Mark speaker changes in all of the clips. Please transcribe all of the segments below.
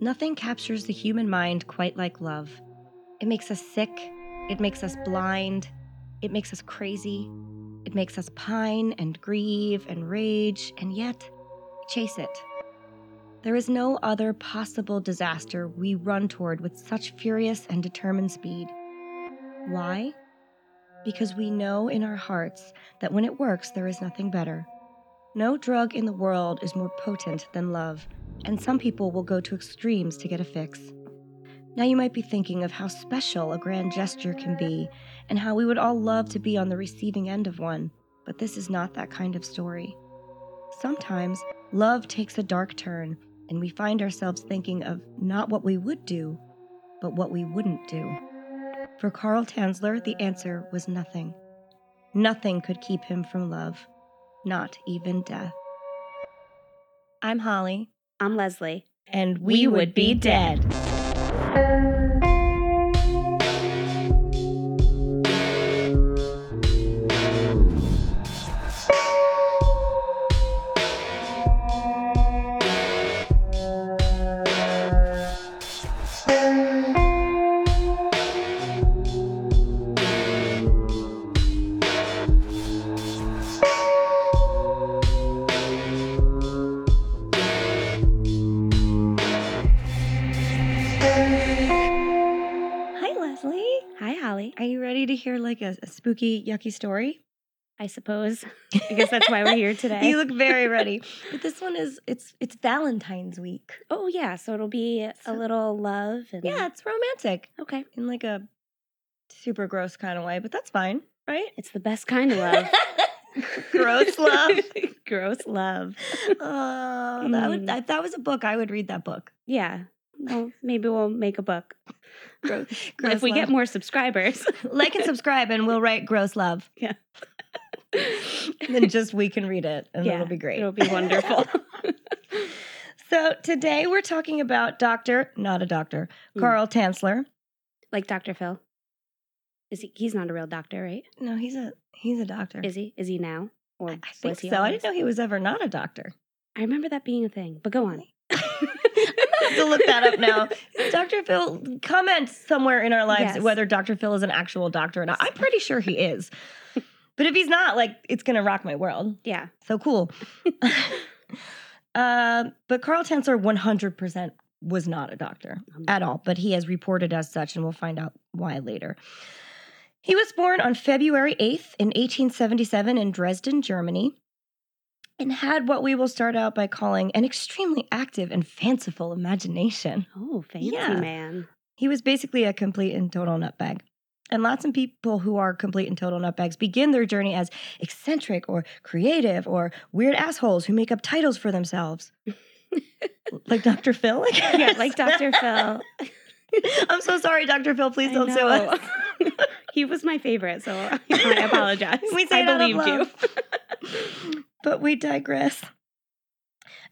Speaker 1: Nothing captures the human mind quite like love. It makes us sick, it makes us blind, it makes us crazy, it makes us pine and grieve and rage, and yet chase it. There is no other possible disaster we run toward with such furious and determined speed. Why? Because we know in our hearts that when it works, there is nothing better. No drug in the world is more potent than love, and some people will go to extremes to get a fix. Now you might be thinking of how special a grand gesture can be, and how we would all love to be on the receiving end of one, but this is not that kind of story. Sometimes love takes a dark turn, and we find ourselves thinking of not what we would do, but what we wouldn't do. For Carl Tanzler, the answer was nothing. Nothing could keep him from love, not even death. I'm Holly,
Speaker 2: I'm Leslie.
Speaker 1: and we,
Speaker 2: We
Speaker 1: would,
Speaker 2: would
Speaker 1: be
Speaker 2: be
Speaker 1: dead. Hi, Leslie.
Speaker 2: Hi, Holly.
Speaker 1: Are you ready to hear like a, a spooky, yucky story?
Speaker 2: I suppose. I guess that's why we're here today.
Speaker 1: you look very ready. But this one is it's it's Valentine's week.
Speaker 2: oh, yeah. So it'll be a
Speaker 1: So-
Speaker 2: little love. And,
Speaker 1: Yeah, it's romantic
Speaker 2: Okay.
Speaker 1: in like a super gross kind of way, but that's fine, right?
Speaker 2: It's the best kind of love.
Speaker 1: Gross love.
Speaker 2: Gross love.
Speaker 1: Oh, that would
Speaker 2: Mm.
Speaker 1: if that was a book, I would read that book.
Speaker 2: Yeah. Well, maybe we'll make a book.
Speaker 1: Gross,
Speaker 2: if we get more subscribers.
Speaker 1: more like and subscribe, and we'll write gross love.
Speaker 2: Yeah.
Speaker 1: then just we can read it, and
Speaker 2: Yeah,
Speaker 1: it'll be great.
Speaker 2: It'll be wonderful.
Speaker 1: so today we're talking about Doctor, not a doctor,
Speaker 2: Mm.
Speaker 1: Carl Tanzler.
Speaker 2: like Dr. Phil. Is he he's not a real doctor, right?
Speaker 1: No, he's a he's a doctor.
Speaker 2: Is he? Is he now? Or
Speaker 1: I I think
Speaker 2: was he
Speaker 1: so. I
Speaker 2: always?
Speaker 1: didn't know he was ever not a doctor.
Speaker 2: I remember that being a thing. But go on. I'm
Speaker 1: have to look that up now. Dr. Phil comments somewhere in our lives
Speaker 2: Yes.
Speaker 1: whether Dr. Phil is an actual doctor or not. I'm pretty sure he is. But if he's not, like, it's going to rock my world.
Speaker 2: Yeah.
Speaker 1: So cool. Um, but Carl Tensor 100% was not a doctor at all, but he has reported as such, and we'll find out why later. He was born on February 8th in 1877 in Dresden, Germany, and had what we will start out by calling an extremely active and fanciful imagination.
Speaker 2: Oh, fancy
Speaker 1: Yeah.
Speaker 2: man.
Speaker 1: He was basically a complete and total nutbag. And lots of people who are complete and total nutbags begin their journey as eccentric or creative or weird assholes who make up titles for themselves. like Dr. Phil? I
Speaker 2: Yeah,
Speaker 1: guess.
Speaker 2: like Dr. Phil.
Speaker 1: I'm so sorry, Dr. Phil. Please
Speaker 2: I
Speaker 1: don't sue
Speaker 2: know.
Speaker 1: us.
Speaker 2: he was my favorite, so I apologize.
Speaker 1: We say
Speaker 2: I
Speaker 1: it out of
Speaker 2: believed you.
Speaker 1: love. but we digress.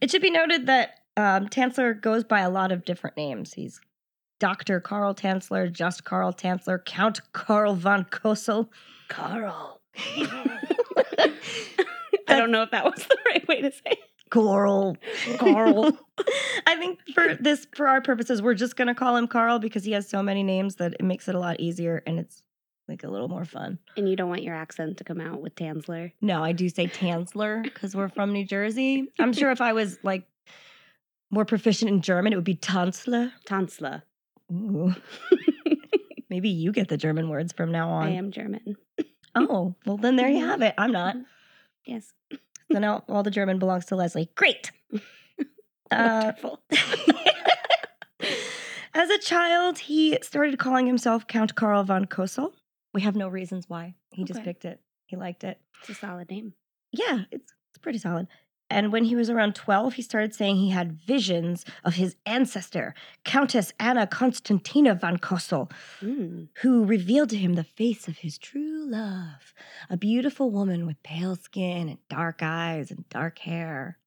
Speaker 1: It should be noted that um, Tanzler goes by a lot of different names. He's Dr. Carl Tanzler, just Carl Tanzler, Count Carl von Kossel.
Speaker 2: Carl. I don't know if that was the right way to say it.
Speaker 1: Carl.
Speaker 2: Carl.
Speaker 1: I think for this, for our purposes, we're just gonna call him Carl because he has so many names that it makes it a lot easier and it's like a little more fun.
Speaker 2: And you don't want your accent to come out with Tansler.
Speaker 1: No, I do say Tansler because we're from New Jersey. I'm sure if I was like more proficient in German, it would be Tanzler.
Speaker 2: Tansler.
Speaker 1: Ooh. Maybe you get the German words from now on.
Speaker 2: I am Mm-hmm. German.
Speaker 1: Oh, well then there you have it. I'm not.
Speaker 2: Yes.
Speaker 1: So now all the German belongs to Leslie. Great. Uh,
Speaker 2: Wonderful.
Speaker 1: As a child, he started calling himself Count Karl von Kossel. We have no reasons why. He just
Speaker 2: Okay.
Speaker 1: picked it. He liked it.
Speaker 2: It's a solid name.
Speaker 1: Yeah, it's, it's pretty solid. And when he was around 12, he started saying he had visions of his ancestor, Countess Anna Constantina von Kossel,
Speaker 2: Mm.
Speaker 1: who revealed to him the face of his true love a beautiful woman with pale skin and dark eyes and dark hair.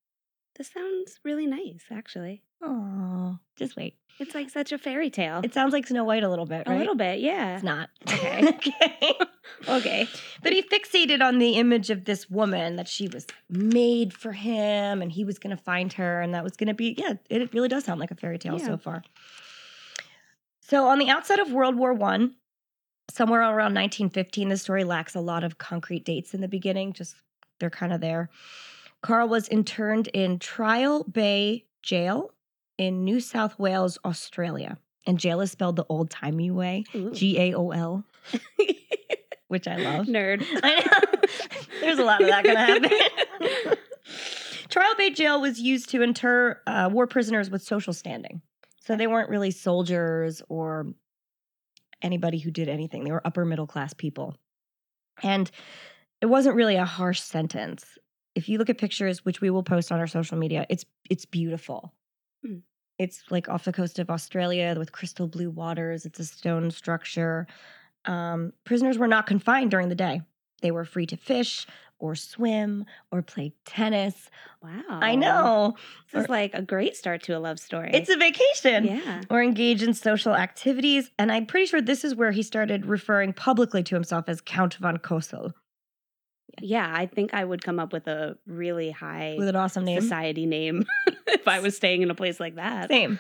Speaker 2: This sounds really nice, actually.
Speaker 1: Aww. know. Just wait.
Speaker 2: It's like such a fairy tale.
Speaker 1: It sounds like Snow White a little bit,
Speaker 2: a
Speaker 1: right?
Speaker 2: little bit, yeah.
Speaker 1: It's not.
Speaker 2: Okay.
Speaker 1: okay.
Speaker 2: Okay.
Speaker 1: But he fixated on the image of this woman that she was made for him and he was going to find her and that was going to be yeah, it really does sound like a fairy tale
Speaker 2: Yeah.
Speaker 1: so far. So on the outset of World War 1, somewhere around 1915 the story lacks a lot of concrete dates in the beginning, just they're kind of there. Carl was interned in Trial Bay Jail in New South Wales, Australia. And jail is spelled the old-timey way,
Speaker 2: Ooh.
Speaker 1: G A O L, which I love.
Speaker 2: Nerd.
Speaker 1: I know. There's a lot of that going to happen. Trial Bay Jail was used to inter uh, war prisoners with social standing. So they weren't really soldiers or anybody who did anything. They were upper middle class people. And it wasn't really a harsh sentence. If you look at pictures, which we will post on our social media, it's it's beautiful.
Speaker 2: Hmm.
Speaker 1: It's like off the coast of Australia with crystal blue waters. It's a stone structure. Um, prisoners were not confined during the day. They were free to fish or swim or play tennis.
Speaker 2: Wow.
Speaker 1: I know.
Speaker 2: This is like a great start to a love story.
Speaker 1: It's a vacation.
Speaker 2: yeah.
Speaker 1: Or engage in social activities. And I'm pretty sure this is where he started referring publicly to himself as Count von Kossel
Speaker 2: Yeah, I think I would come up with a really high
Speaker 1: with an awesome name.
Speaker 2: society name if I was staying in a place like that.
Speaker 1: Same.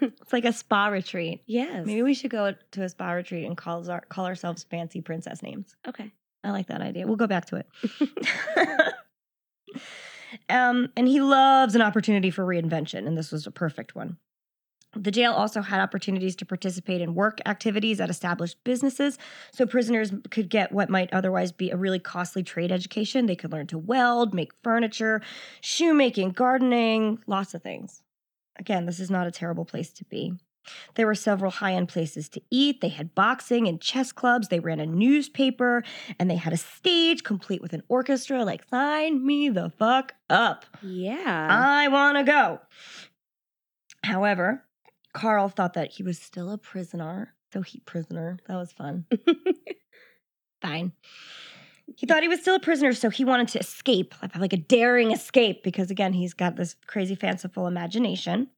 Speaker 1: it's like a spa retreat.
Speaker 2: Yes.
Speaker 1: Maybe we should go to a spa retreat and call, our, call ourselves fancy princess names.
Speaker 2: Okay.
Speaker 1: I like that idea. We'll go back to it. um, and he loves an opportunity for reinvention, and this was a perfect one. The jail also had opportunities to participate in work activities at established businesses, so prisoners could get what might otherwise be a really costly trade education. They could learn to weld, make furniture, shoemaking, gardening, lots of things. Again, this is not a terrible place to be. There were several high end places to eat. They had boxing and chess clubs. They ran a newspaper and they had a stage complete with an orchestra. Like, sign me the fuck up.
Speaker 2: Yeah.
Speaker 1: I wanna go. However, Carl thought that he was still a prisoner. So he, prisoner, that was fun. Fine. He thought he was still a prisoner, so he wanted to escape, like- like a daring escape, because again, he's got this crazy fanciful imagination.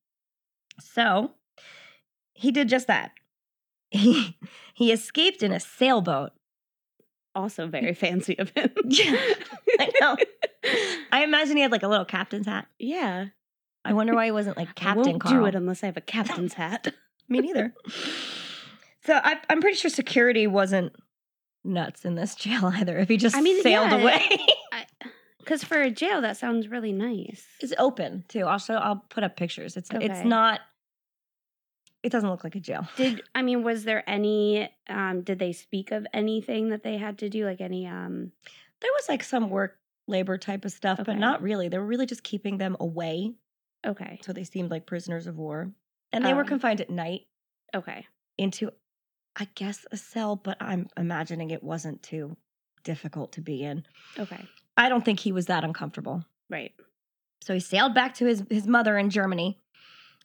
Speaker 1: So he did just that. He, he escaped in a sailboat.
Speaker 2: also very fancy of him.
Speaker 1: Yeah, I know. I imagine he had like a little captain's hat.
Speaker 2: yeah.
Speaker 1: I wonder why he wasn't like
Speaker 2: I
Speaker 1: Captain
Speaker 2: won't
Speaker 1: Carl.
Speaker 2: do it unless I have a captain's hat.
Speaker 1: Me neither. So I, I'm pretty sure security wasn't nuts in this jail either. If he just
Speaker 2: I mean,
Speaker 1: sailed
Speaker 2: yeah.
Speaker 1: away,
Speaker 2: Because for a jail, that sounds really nice.
Speaker 1: it's open too. Also, I'll put up pictures. It's
Speaker 2: Okay.
Speaker 1: it's not. It doesn't look like a jail.
Speaker 2: Did I mean was there any um did they speak of anything that they had to do like any um
Speaker 1: There was like some work labor type of stuff, but
Speaker 2: Okay.
Speaker 1: not really. They were really just keeping them away,
Speaker 2: okay
Speaker 1: so they seemed like prisoners of war, and they were
Speaker 2: Oh.
Speaker 1: confined at night
Speaker 2: okay
Speaker 1: into, I guess, a cell. But I'm imagining it wasn't too difficult to be in.
Speaker 2: okay
Speaker 1: I don't think he was that uncomfortable.
Speaker 2: right
Speaker 1: So he sailed back to his, his mother in Germany.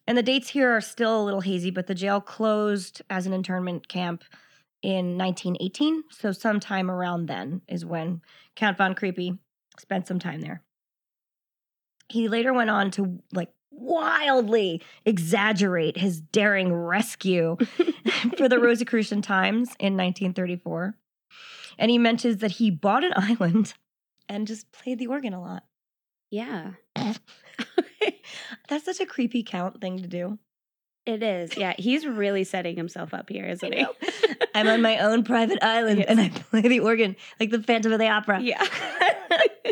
Speaker 1: And the dates here are still a little hazy, but the jail closed as an internment camp in 1918. So sometime around then is when Count von Creepy spent some time there. He later went on to like wildly exaggerate his daring rescue for the Rosicrucian Times in 1934. And he mentions that he bought an island and just played the organ a lot.
Speaker 2: yeah
Speaker 1: That's such a creepy count thing to do.
Speaker 2: it is yeah he's really setting himself up here isn't he
Speaker 1: know. I'm on my own private island
Speaker 2: Yes.
Speaker 1: and I play the organ like the Phantom of the Opera.
Speaker 2: yeah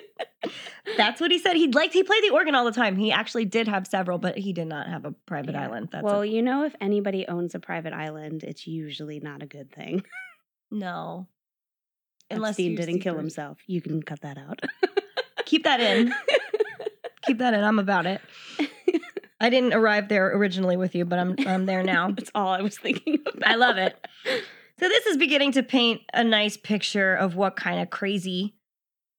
Speaker 1: That's what he said. He liked he played the organ all the time. He actually did have several, but he did not have a private
Speaker 2: Yeah.
Speaker 1: island. That's
Speaker 2: well
Speaker 1: a,
Speaker 2: you know if anybody owns a private island it's usually not a good thing
Speaker 1: no.
Speaker 2: unless he
Speaker 1: you're
Speaker 2: didn't kill
Speaker 1: super-
Speaker 2: himself you can cut that out
Speaker 1: Keep that in. Keep that in. I'm about it. I didn't arrive there originally with you, but I'm I'm there now.
Speaker 2: that's all I was thinking about
Speaker 1: I love it. So this is beginning to paint a nice picture of what kind of crazy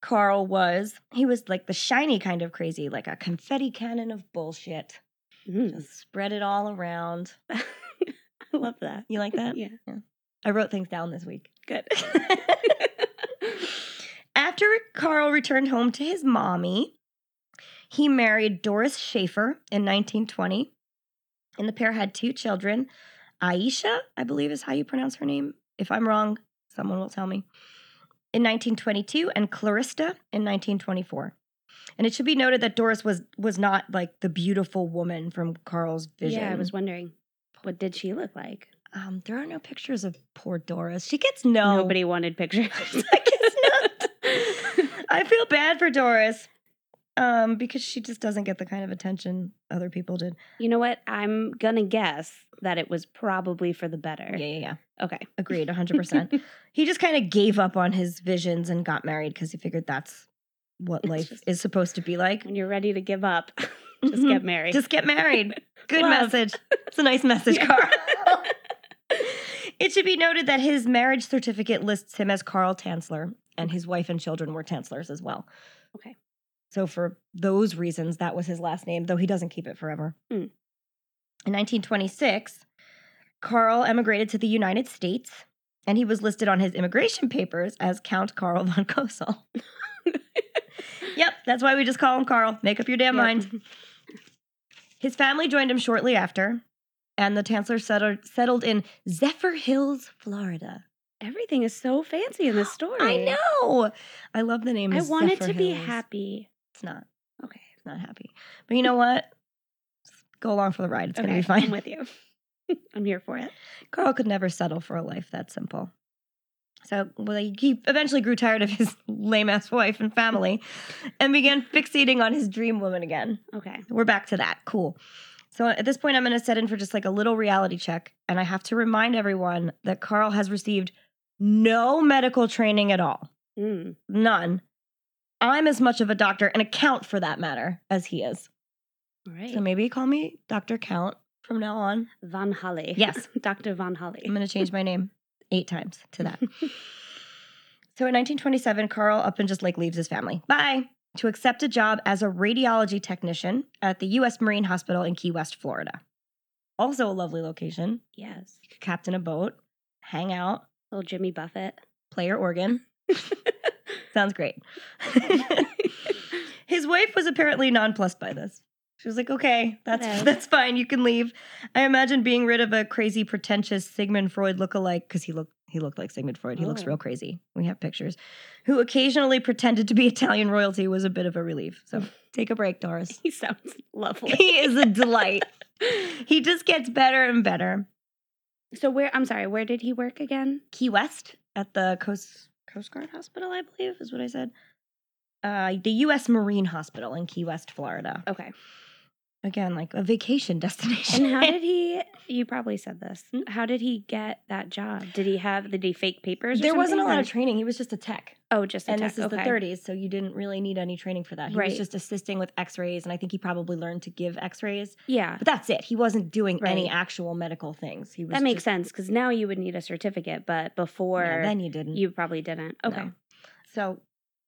Speaker 1: Carl was. He was like the shiny kind of crazy, like a confetti cannon of bullshit.
Speaker 2: Mm,
Speaker 1: Just spread it all around.
Speaker 2: I love that
Speaker 1: You like that?
Speaker 2: yeah
Speaker 1: I wrote things down this week.
Speaker 2: good
Speaker 1: After Carl returned home to his mommy, he married Doris Schaefer in 1920. And the pair had two children. Aisha, I believe is how you pronounce her name. If I'm wrong, someone will tell me. In 1922 and Clarista in 1924. And it should be noted that Doris was was not like the beautiful woman from Carl's vision.
Speaker 2: Yeah, I was wondering, what did she look like?
Speaker 1: um, there are no pictures of poor Doris. She gets no.
Speaker 2: Nobody wanted pictures.
Speaker 1: I guess not. I feel bad for Doris um, because she just doesn't get the kind of attention other people did.
Speaker 2: you know what? I'm gonna guess that it was probably for the better.
Speaker 1: Yeah, yeah, yeah.
Speaker 2: Okay.
Speaker 1: Agreed, 100%. he just kind of gave up on his visions and got married because he figured that's what
Speaker 2: It's
Speaker 1: life
Speaker 2: just-
Speaker 1: is supposed to be like.
Speaker 2: When you're ready to give up, Mm-hmm. just
Speaker 1: Mhm.
Speaker 2: get married.
Speaker 1: Just get married. Good
Speaker 2: Love.
Speaker 1: message. It's a nice message,
Speaker 2: Yeah.
Speaker 1: Carl. it should be noted that his marriage certificate lists him as Carl Tansler, and his wife and children were Tanslers as well.
Speaker 2: Okay.
Speaker 1: So, for those reasons, that was his last name, though he doesn't keep it forever.
Speaker 2: Hmm.
Speaker 1: In 1926, Carl emigrated to the United States, and he was listed on his immigration papers as Count Carl von Kosel. yep, that's why we just call him Carl. Make up your damn
Speaker 2: Yep.
Speaker 1: mind. His family joined him shortly after, and the Chancellor settled, settled in Zephyr Hills, Florida.
Speaker 2: Everything is so fancy in this story.
Speaker 1: I know. I love the name.
Speaker 2: I want it
Speaker 1: Zephyr
Speaker 2: to be
Speaker 1: Hills.
Speaker 2: happy.
Speaker 1: It's not.
Speaker 2: Okay.
Speaker 1: It's not happy. But you know what? Just Go along for the ride. It's
Speaker 2: okay.
Speaker 1: gonna be
Speaker 2: I'm
Speaker 1: fine.
Speaker 2: with you. I'm here for it.
Speaker 1: Carl could never settle for a life that simple. So well, he- he eventually grew tired of his lame ass wife and family, and began fixating on his dream woman again.
Speaker 2: Okay.
Speaker 1: We're back to that. Cool. So at this point, I'm going to set in for just like a little reality check. And I have to remind everyone that Carl has received no medical training at all.
Speaker 2: Mm.
Speaker 1: None. I'm as much of a doctor and a count for that matter as he is.
Speaker 2: All right.
Speaker 1: So maybe call me Dr. Count from now on.
Speaker 2: Von Holly.
Speaker 1: Yes.
Speaker 2: Dr. Von Holly.
Speaker 1: I'm going to change my name eight times to that. So in 1927, Carl up and just like leaves his family. Bye. To accept a job as a radiology technician at the U.S. Marine Hospital in Key West, Florida. Also a lovely location.
Speaker 2: yes.
Speaker 1: You could captain a boat, hang out,
Speaker 2: Little Jimmy Buffett.
Speaker 1: play your organ. Sounds great. His wife was apparently nonplussed by this. She was like, "Okay, that's
Speaker 2: Okay.
Speaker 1: that's fine. You can leave." I imagine being rid of a crazy, pretentious Sigmund Freud lookalike because he looked he looked like Sigmund Freud. He looks
Speaker 2: Oh.
Speaker 1: real crazy. We have pictures. Who occasionally pretended to be Italian royalty was a bit of a relief. So take a break, Doris.
Speaker 2: he sounds lovely.
Speaker 1: he is a delight. He just gets better and better.
Speaker 2: so where I'm sorry, where did he work again?
Speaker 1: Key West at the Coast Coast Guard Hospital, I believe, is what I said. Uh, the U.S. Marine Hospital in Key West, Florida.
Speaker 2: Okay.
Speaker 1: Again, like a vacation destination.
Speaker 2: And how did he you probably said this.
Speaker 1: Hmm?
Speaker 2: How did he get that job? Did he have did he fake papers? or
Speaker 1: there wasn't a
Speaker 2: something,
Speaker 1: lot of
Speaker 2: or-
Speaker 1: training. He was just a tech,
Speaker 2: Oh, just a
Speaker 1: and
Speaker 2: tech.
Speaker 1: this is the
Speaker 2: okay.
Speaker 1: 30s, so you didn't really need any training for that. He
Speaker 2: Right.
Speaker 1: was just assisting with X-rays, and I think he probably learned to give X-rays.
Speaker 2: Yeah.
Speaker 1: But that's it. He wasn't doing any
Speaker 2: Right.
Speaker 1: actual medical things. He was
Speaker 2: That makes
Speaker 1: just,
Speaker 2: sense because now you would need a certificate, but before
Speaker 1: Yeah, then you didn't.
Speaker 2: you probably didn't. Okay.
Speaker 1: No. So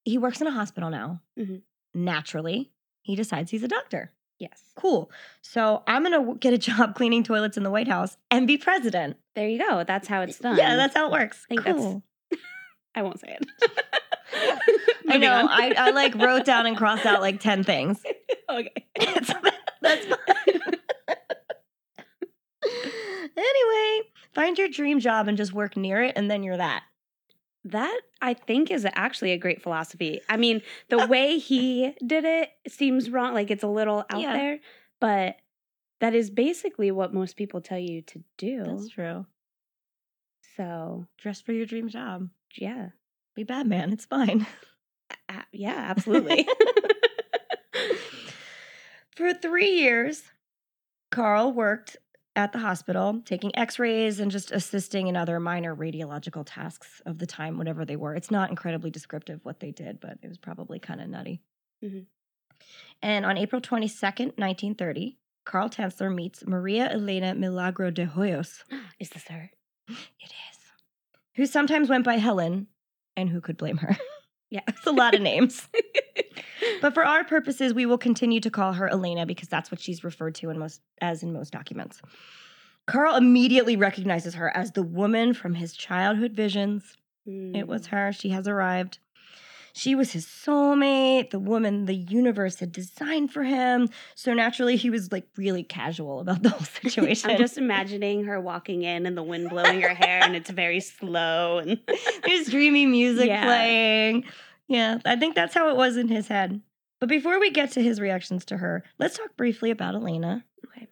Speaker 1: he works in a hospital now.
Speaker 2: Mhm.
Speaker 1: Naturally, he decides he's a doctor.
Speaker 2: Yes.
Speaker 1: Cool. So I'm going to w- get a job cleaning toilets in the White House and be president.
Speaker 2: There you go. That's how it's done.
Speaker 1: Yeah, that's how it works.
Speaker 2: think that's-
Speaker 1: cool.
Speaker 2: I won't say it.
Speaker 1: I
Speaker 2: Moving
Speaker 1: know.
Speaker 2: on.
Speaker 1: I, I like wrote down and crossed out like 10 things.
Speaker 2: okay.
Speaker 1: That's, that's fine. anyway, find your dream job and just work near it, and then you're that.
Speaker 2: That I think is actually a great philosophy. I mean, the way he did it seems wrong, like it's a little out
Speaker 1: Yeah.
Speaker 2: there, but that is basically what most people tell you to do.
Speaker 1: true.
Speaker 2: so,
Speaker 1: Dress for your dream job.
Speaker 2: yeah.
Speaker 1: Be Batman. It's fine.
Speaker 2: Uh, yeah, absolutely.
Speaker 1: For three years, Carl worked at the hospital, taking x rays and just assisting in other minor radiological tasks of the time, whatever they were. It's not incredibly descriptive what they did, but it was probably kind of nutty.
Speaker 2: Mhm.
Speaker 1: And on April 22nd, 1930, Carl Tanzler meets Maria Elena Milagro de Hoyos.
Speaker 2: is this her?
Speaker 1: It is. Who sometimes went by Helen, and who could blame her?
Speaker 2: Yeah.
Speaker 1: It's a lot of names. But for our purposes, we will continue to call her Elena because that's what she's referred to in most as in most documents. Carl immediately recognizes her
Speaker 2: Mm.
Speaker 1: as the woman from his childhood visions. It was her. She has arrived. She was his soulmate, the woman the universe had designed for him. So naturally, he was like really casual about the whole situation.
Speaker 2: I'm just imagining her walking in and the wind blowing her hair and it's very slow and
Speaker 1: There's dreamy music
Speaker 2: Yeah.
Speaker 1: playing. Yeah, I think that's how it was in his head. But before we get to his reactions to her, let's talk briefly about Elena.
Speaker 2: Okay.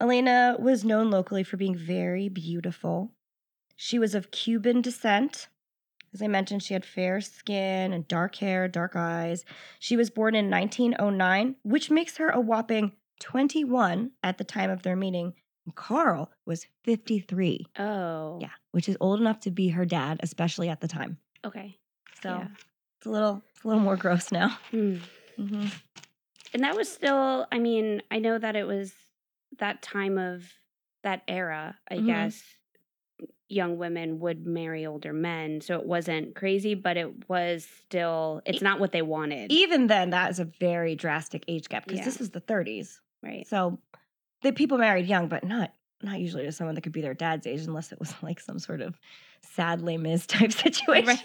Speaker 1: Elena was known locally for being very beautiful. She was of Cuban descent. As I mentioned, she had fair skin and dark hair, dark eyes. She was born in 1909, which makes her a whopping 21 at the time of their meeting. And Carl was 53.
Speaker 2: oh
Speaker 1: Yeah, which is old enough to be her dad, especially at the time.
Speaker 2: okay
Speaker 1: So
Speaker 2: Yeah.
Speaker 1: it's a little, it's a little more gross now.
Speaker 2: Hmm.
Speaker 1: hmm
Speaker 2: and that was still I mean I know that it was that time of that era I
Speaker 1: Mhm.
Speaker 2: guess young women would marry older men so it wasn't crazy but it was still it's not what they wanted
Speaker 1: Even then, that is a very drastic age gap because
Speaker 2: Yeah.
Speaker 1: this is the 30s.
Speaker 2: right
Speaker 1: So the people married young, but not not usually to someone that could be their dad's age, unless it was like some sort of sad Les Mis type situation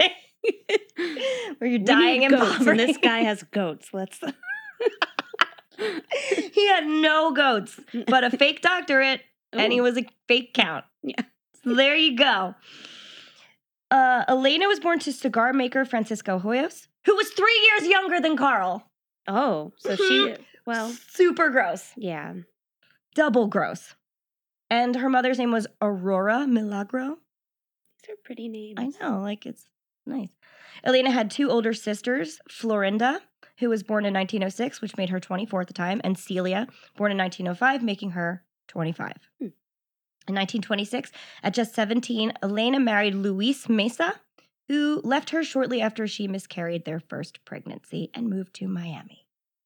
Speaker 1: where you're
Speaker 2: We
Speaker 1: dying in
Speaker 2: need goats,
Speaker 1: poverty.
Speaker 2: and this guy has goats let's
Speaker 1: he had no goats, but a fake doctorate and he was a fake count.
Speaker 2: Yeah.
Speaker 1: So there you go. Uh, Elena was born to cigar maker Francisco Hoyos, who was three years younger than Carl.
Speaker 2: Oh, so she well,
Speaker 1: Super gross.
Speaker 2: yeah.
Speaker 1: Double gross. And her mother's name was Aurora Milagro.
Speaker 2: These are pretty names.
Speaker 1: I know, like it's nice. Elena had two older sisters, Florinda, who was born in 1906, which made her 24 at the time, and Celia, born in 1905, making her 25.
Speaker 2: Hmm.
Speaker 1: In 1926, at just 17, Elena married Luis Mesa, who left her shortly after she miscarried their first pregnancy and moved to Miami.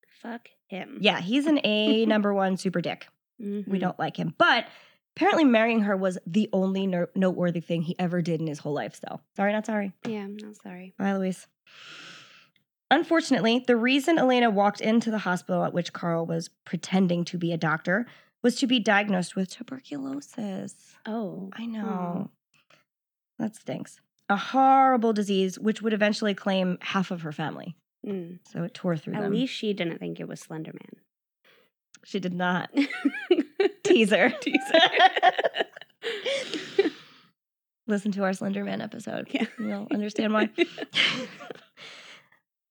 Speaker 2: Fuck him.
Speaker 1: Yeah, he's an A number one super dick.
Speaker 2: Mm-hmm.
Speaker 1: We don't like him. But apparently, marrying her was the only no- noteworthy thing he ever did in his whole life. So, sorry, not sorry.
Speaker 2: Yeah, I'm not sorry.
Speaker 1: Bye, Louise. Unfortunately, the reason Elena walked into the hospital at which Carl was pretending to be a doctor was to be diagnosed with tuberculosis.
Speaker 2: Oh,
Speaker 1: I know.
Speaker 2: Hmm.
Speaker 1: That stinks. A horrible disease which would eventually claim half of her family.
Speaker 2: Mm.
Speaker 1: So it tore through
Speaker 2: At
Speaker 1: them.
Speaker 2: least she didn't think it was Slender
Speaker 1: she did not.
Speaker 2: Man.
Speaker 1: Teaser.
Speaker 2: Teaser.
Speaker 1: Listen to our Slenderman episode.
Speaker 2: Yeah.
Speaker 1: You'll understand why.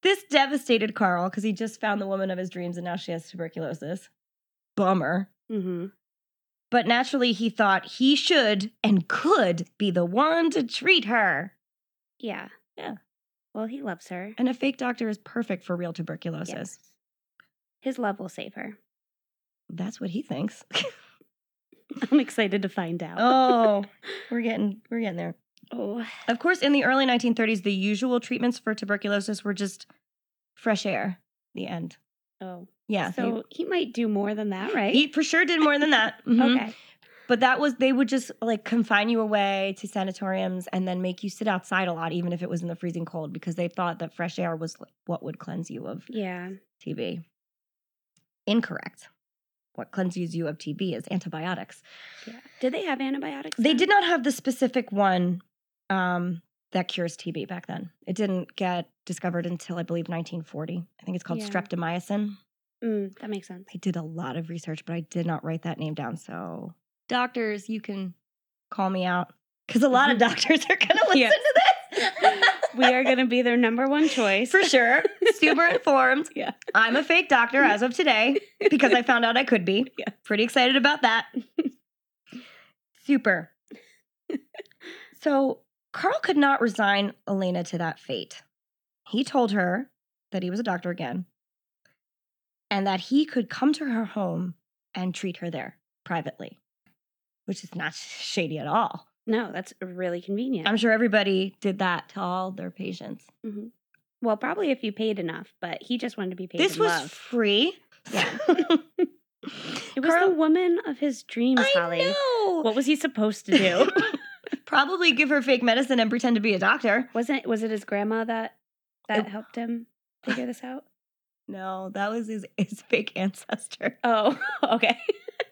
Speaker 1: this devastated Carl because he just found the woman of his dreams and now she has tuberculosis. Bummer.
Speaker 2: hmm
Speaker 1: But naturally, he thought he should and could be the one to treat her.
Speaker 2: Yeah.
Speaker 1: Yeah.
Speaker 2: Well, he loves her.
Speaker 1: And a fake doctor is perfect for real tuberculosis.
Speaker 2: Yes. His love will save her.
Speaker 1: That's what he thinks.
Speaker 2: I'm excited to find out.
Speaker 1: oh, we're getting we're getting there.
Speaker 2: Oh.
Speaker 1: Of course, in the early 1930s, the usual treatments for tuberculosis were just fresh air. The end.
Speaker 2: Oh.
Speaker 1: Yeah. they-
Speaker 2: So he mm-hmm. might do more than that, right?
Speaker 1: he for sure did more than that. Mhm.
Speaker 2: Okay.
Speaker 1: But that was they would just like confine you away to sanatoriums and then make you sit outside a lot, even if it was in the freezing cold, because they thought that fresh air was like, what would cleanse you of
Speaker 2: Yeah.
Speaker 1: TB. Incorrect. What cleanses you of TB is antibiotics.
Speaker 2: Yeah. Did they have antibiotics?
Speaker 1: They
Speaker 2: then?
Speaker 1: did not have the specific one um, that cures TB back then. It didn't get discovered until I believe 1940. I think it's called
Speaker 2: Yeah.
Speaker 1: streptomycin.
Speaker 2: Mm, that makes sense.
Speaker 1: I did a lot of research, but I did not write that name down. So, doctors, you can call me out because a lot of
Speaker 2: Mhm.
Speaker 1: doctors are going to listen
Speaker 2: Yes.
Speaker 1: to this.
Speaker 2: we are going to be their number one choice.
Speaker 1: for sure. Super informed.
Speaker 2: Yeah.
Speaker 1: I'm a fake doctor as of today because I found out I could be.
Speaker 2: Yeah.
Speaker 1: Pretty excited about that. Super. so Carl could not resign Elena to that fate. He told her that he was a doctor again and that he could come to her home and treat her there privately, which is not shady at all.
Speaker 2: No, that's really convenient.
Speaker 1: I'm sure everybody did that to all their patients.
Speaker 2: Mhm. Well, probably if you paid enough, but he just wanted to be paid.
Speaker 1: This
Speaker 2: in
Speaker 1: was
Speaker 2: love.
Speaker 1: free.
Speaker 2: Yeah. it was
Speaker 1: Carl-
Speaker 2: the woman of his dreams, Holly.
Speaker 1: I know.
Speaker 2: What was he supposed to do?
Speaker 1: Probably give her fake medicine and pretend to be a doctor.
Speaker 2: Wasn't was it his grandma that that
Speaker 1: It-
Speaker 2: helped him figure this out?
Speaker 1: No, that was his, his fake ancestor.
Speaker 2: Oh, okay.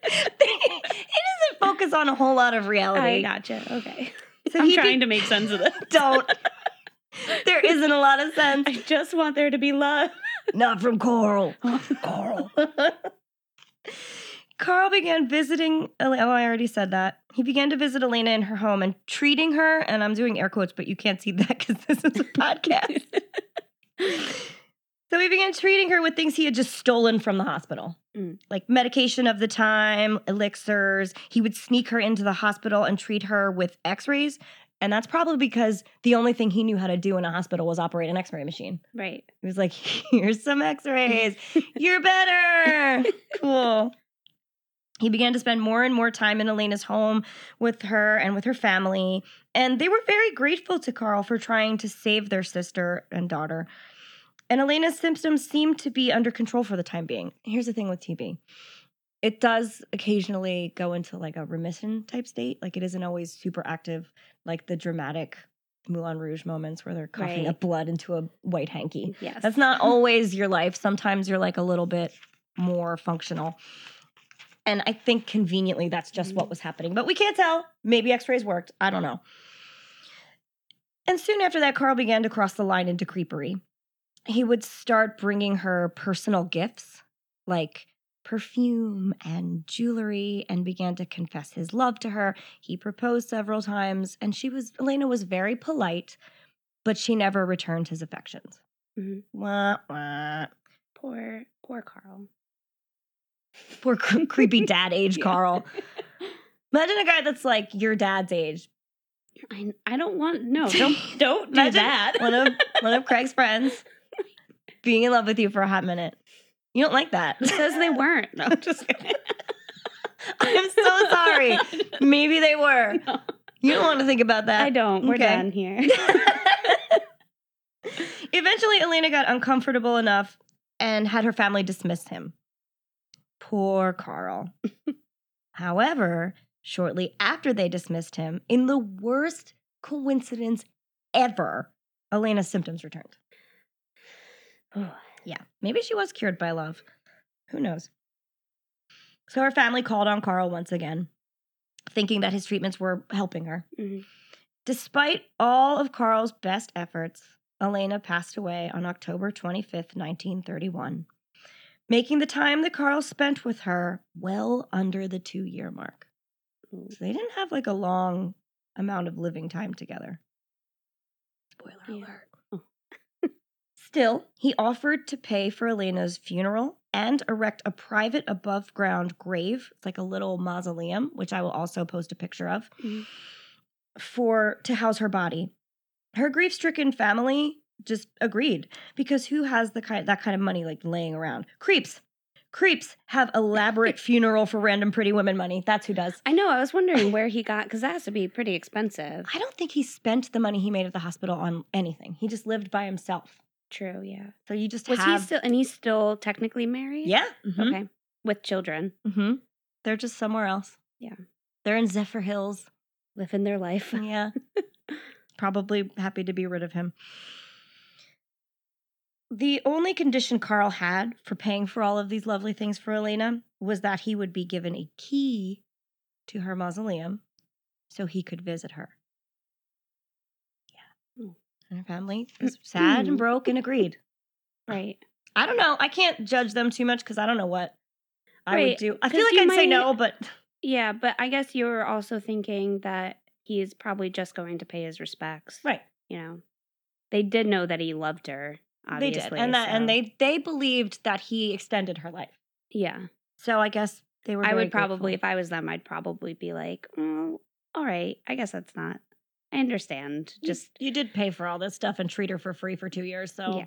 Speaker 1: it doesn't focus on a whole lot of reality.
Speaker 2: I gotcha. Okay,
Speaker 1: So
Speaker 2: I'm
Speaker 1: he
Speaker 2: trying
Speaker 1: be-
Speaker 2: to make sense of this.
Speaker 1: Don't. there isn't a lot of sense.
Speaker 2: I just want there to be love.
Speaker 1: Not from Coral. Coral. Carl began visiting. Oh, I already said that. He began to visit Elena in her home and treating her. And I'm doing air quotes, but you can't see that because this is a podcast. so he began treating her with things he had just stolen from the hospital,
Speaker 2: Mm.
Speaker 1: like medication of the time, elixirs. He would sneak her into the hospital and treat her with x rays. And that's probably because the only thing he knew how to do in a hospital was operate an x ray machine.
Speaker 2: right.
Speaker 1: He was like, here's some x rays. You're better. cool. He began to spend more and more time in Elena's home with her and with her family. And they were very grateful to Carl for trying to save their sister and daughter. And Elena's symptoms seemed to be under control for the time being. Here's the thing with TB it does occasionally go into like a remission type state. Like it isn't always super active, like the dramatic Moulin Rouge moments where they're coughing
Speaker 2: Right.
Speaker 1: up blood into a white hanky.
Speaker 2: Yes.
Speaker 1: That's not always your life. Sometimes you're like a little bit more functional. And I think conveniently that's just what was happening. But we can't tell. Maybe x rays worked. I don't know. And soon after that, Carl began to cross the line into creepery. He would start bringing her personal gifts like perfume and jewelry and began to confess his love to her. He proposed several times and she was, Elena was very polite, but she never returned his affections.
Speaker 2: Mhm.
Speaker 1: Wah, wah.
Speaker 2: poor, poor Carl.
Speaker 1: Poor cre- creepy dad age
Speaker 2: Yeah.
Speaker 1: Carl. Imagine a guy that's like your dad's age.
Speaker 2: I, I don't want no. Don't don't do
Speaker 1: Imagine
Speaker 2: that.
Speaker 1: one of one of Craig's friends being in love with you for a hot minute. You don't like that.
Speaker 2: Who says they weren't? No, I'm just kidding.
Speaker 1: I'm so sorry. Maybe they were.
Speaker 2: No.
Speaker 1: You don't want to think about that.
Speaker 2: I don't. We're
Speaker 1: Okay.
Speaker 2: done here.
Speaker 1: Eventually, Elena got uncomfortable enough and had her family dismiss him. Poor Carl. However, shortly after they dismissed him, in the worst coincidence ever, Elena's symptoms returned. Yeah, maybe she was cured by love. Who knows? So her family called on Carl once again, thinking that his treatments were helping her.
Speaker 2: Mhm.
Speaker 1: Despite all of Carl's best efforts, Elena passed away on October 25th, 1931, making the time that Carl spent with her well under the two year mark. So they didn't have like a long amount of living time together. Spoiler
Speaker 2: Yeah.
Speaker 1: alert.
Speaker 2: Oh.
Speaker 1: Still, he offered to pay for Elena's funeral and erect a private above ground grave, it's like a little mausoleum, which I will also post a picture of,
Speaker 2: Mhm.
Speaker 1: for to house her body. Her grief stricken family just agreed because who has the kind that kind of money like laying around? Creeps. Creeps have elaborate funeral for random pretty women money. That's who does.
Speaker 2: I know. I was wondering where he got because that has to be pretty expensive.
Speaker 1: I don't think he spent the money he made at the hospital on anything. He just lived by himself.
Speaker 2: True. Yeah.
Speaker 1: So you just
Speaker 2: Was
Speaker 1: have,
Speaker 2: he still? And he's still technically married.
Speaker 1: yeah. mhm,
Speaker 2: Okay. With children,
Speaker 1: mhm. They're just somewhere else.
Speaker 2: Yeah.
Speaker 1: They're in Zephyr Hills.
Speaker 2: living their life.
Speaker 1: Yeah. Probably happy to be rid of him. The only condition Carl had for paying for all of these lovely things for Elena was that he would be given a key to her mausoleum so he could visit her. Yeah.
Speaker 2: Mm.
Speaker 1: And her family was sad and
Speaker 2: Mm.
Speaker 1: broke and agreed. Mm-hmm.
Speaker 2: Right.
Speaker 1: I don't know. I can't judge them too much because I don't know what I would
Speaker 2: Right,
Speaker 1: do. I
Speaker 2: 'cause
Speaker 1: feel like
Speaker 2: you
Speaker 1: I'd say
Speaker 2: might-
Speaker 1: no, but
Speaker 2: Yeah, but I guess you were also thinking that he is probably just going to pay his respects.
Speaker 1: right.
Speaker 2: You know, they did know that he loved her. Obviously,
Speaker 1: they did, and that,
Speaker 2: so-
Speaker 1: and they they believed that he extended her life.
Speaker 2: Yeah.
Speaker 1: So I guess they were.
Speaker 2: I
Speaker 1: very
Speaker 2: would probably,
Speaker 1: grateful.
Speaker 2: if I was them, I'd probably be like, oh, all right, I guess that's not. I understand.
Speaker 1: You-
Speaker 2: Just
Speaker 1: you, did pay for all this stuff and treat her for free for two years. So
Speaker 2: Yeah.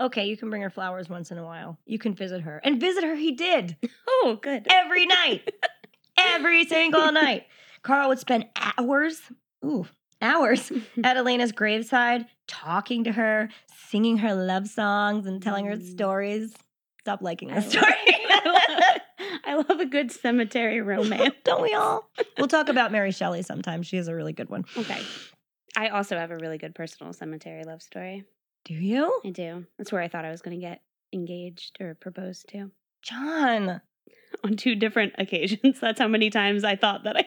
Speaker 1: okay, you can bring her flowers once in a while. You can visit her and visit her. He did
Speaker 2: oh, good.
Speaker 1: every night, every single night. Carl would spend hours. Ooh, hours. At Elena's graveside, talking to her, singing her love songs, and telling her
Speaker 2: Mm.
Speaker 1: stories. Stop liking
Speaker 2: I
Speaker 1: this
Speaker 2: love-
Speaker 1: story.
Speaker 2: I love, I love a good cemetery romance.
Speaker 1: Don't we all? We'll talk about Mary Shelley sometime. She has a really good one.
Speaker 2: Okay. I also have a really good personal cemetery love story.
Speaker 1: Do you?
Speaker 2: I do. That's where I thought I was going to get engaged or proposed to
Speaker 1: John.
Speaker 2: on two different occasions. That's how many times I thought that I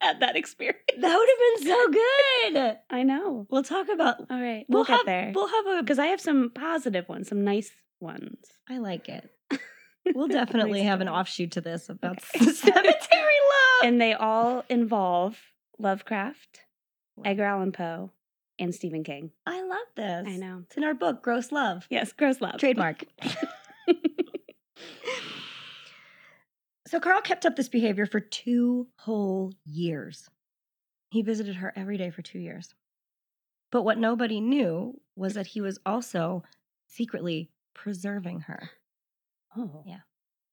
Speaker 2: had that experience.
Speaker 1: That would have been so good.
Speaker 2: I know.
Speaker 1: We'll talk about.
Speaker 2: All right.
Speaker 1: We'll,
Speaker 2: We'll, get
Speaker 1: have,
Speaker 2: there.
Speaker 1: We'll have a.
Speaker 2: Because I have some positive ones, some nice ones.
Speaker 1: I like it. We'll definitely
Speaker 2: Nice
Speaker 1: have an
Speaker 2: one.
Speaker 1: offshoot to this about
Speaker 2: Okay.
Speaker 1: cemetery love.
Speaker 2: And they all involve Lovecraft, Edgar Allan Poe, and Stephen King.
Speaker 1: I love this.
Speaker 2: I know.
Speaker 1: It's in our book, Gross Love.
Speaker 2: Yes, gross love.
Speaker 1: Trademark. so Carl kept up this behavior for two whole years. He visited her every day for two years. But what nobody knew was that he was also secretly preserving her.
Speaker 2: Oh.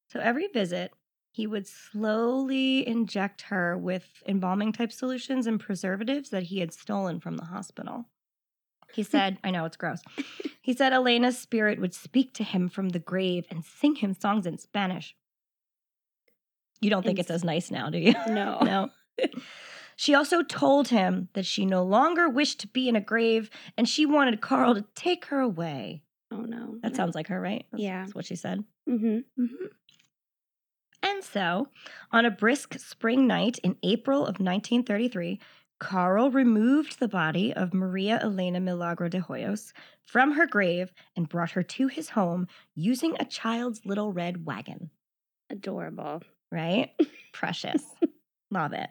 Speaker 1: So every visit, he would slowly inject her with embalming type solutions and preservatives that he had stolen from the hospital. He said, I know it's gross. He said Elena's spirit would speak to him from the grave and sing him songs in Spanish. You don't think
Speaker 2: In
Speaker 1: it's as nice now, do you?
Speaker 2: No.
Speaker 1: no. She also told him that she no longer wished to be in a grave and she wanted Carl to take her away.
Speaker 2: Oh, no.
Speaker 1: That sounds like her, right? That's-
Speaker 2: Yeah.
Speaker 1: That's what she said.
Speaker 2: Mm-hmm.
Speaker 1: And so, on a brisk spring night in April of 1933, Carl removed the body of Maria Elena Milagro de Hoyos from her grave and brought her to his home using a child's little red wagon,
Speaker 2: Adorable.
Speaker 1: right? Precious. Love it.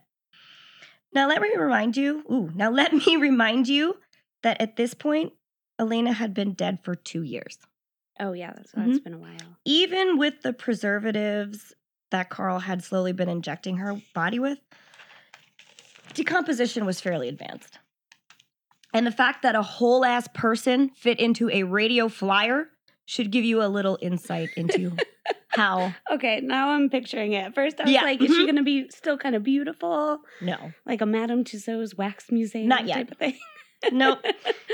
Speaker 1: Now let me remind you, ooh, now let me remind you that at this point, Elena had been dead for 2 years.
Speaker 2: Oh, yeah. That's why it's been a while.
Speaker 1: even with the preservatives that Carl had slowly been injecting her body with, decomposition was fairly advanced. And the fact that a whole ass person fit into a radio flyer should give you a little insight into how
Speaker 2: Okay, now I'm picturing it. First, I was
Speaker 1: Yeah,
Speaker 2: like, is
Speaker 1: mhm.
Speaker 2: she going to be still kind of beautiful?
Speaker 1: no.
Speaker 2: Like a Madame Tussauds wax museum
Speaker 1: Not yet.
Speaker 2: type of thing?
Speaker 1: Nope.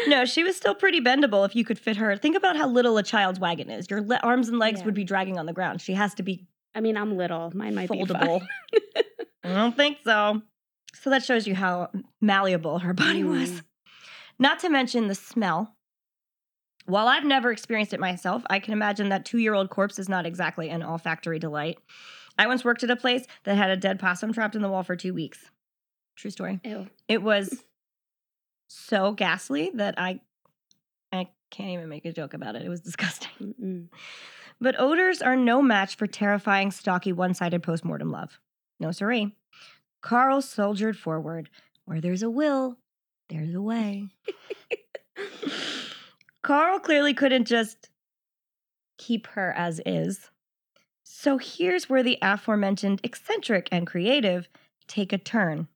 Speaker 1: No, she was still pretty bendable if you could fit her. Think about how little a child's wagon is. Your le- arms and legs
Speaker 2: Yeah.
Speaker 1: would be dragging on the ground. She has to be
Speaker 2: I mean, I'm little. Mine might be fine.
Speaker 1: foldable. I don't think so. So that shows you how malleable her body was.
Speaker 2: Mm.
Speaker 1: Not to mention the smell. While I've never experienced it myself, I can imagine that two year old corpse is not exactly an olfactory delight. I once worked at a place that had a dead possum trapped in the wall for two weeks. True story.
Speaker 2: Ew.
Speaker 1: It was so ghastly that I I can't even make a joke about it. It was disgusting.
Speaker 2: Mm-mm.
Speaker 1: But odors are no match for terrifying, stocky, one sided postmortem love. No siree. Carl soldiered forward. Where there's a will, there's a way. Carl clearly couldn't just keep her as is. So here's where the aforementioned eccentric and creative take a turn.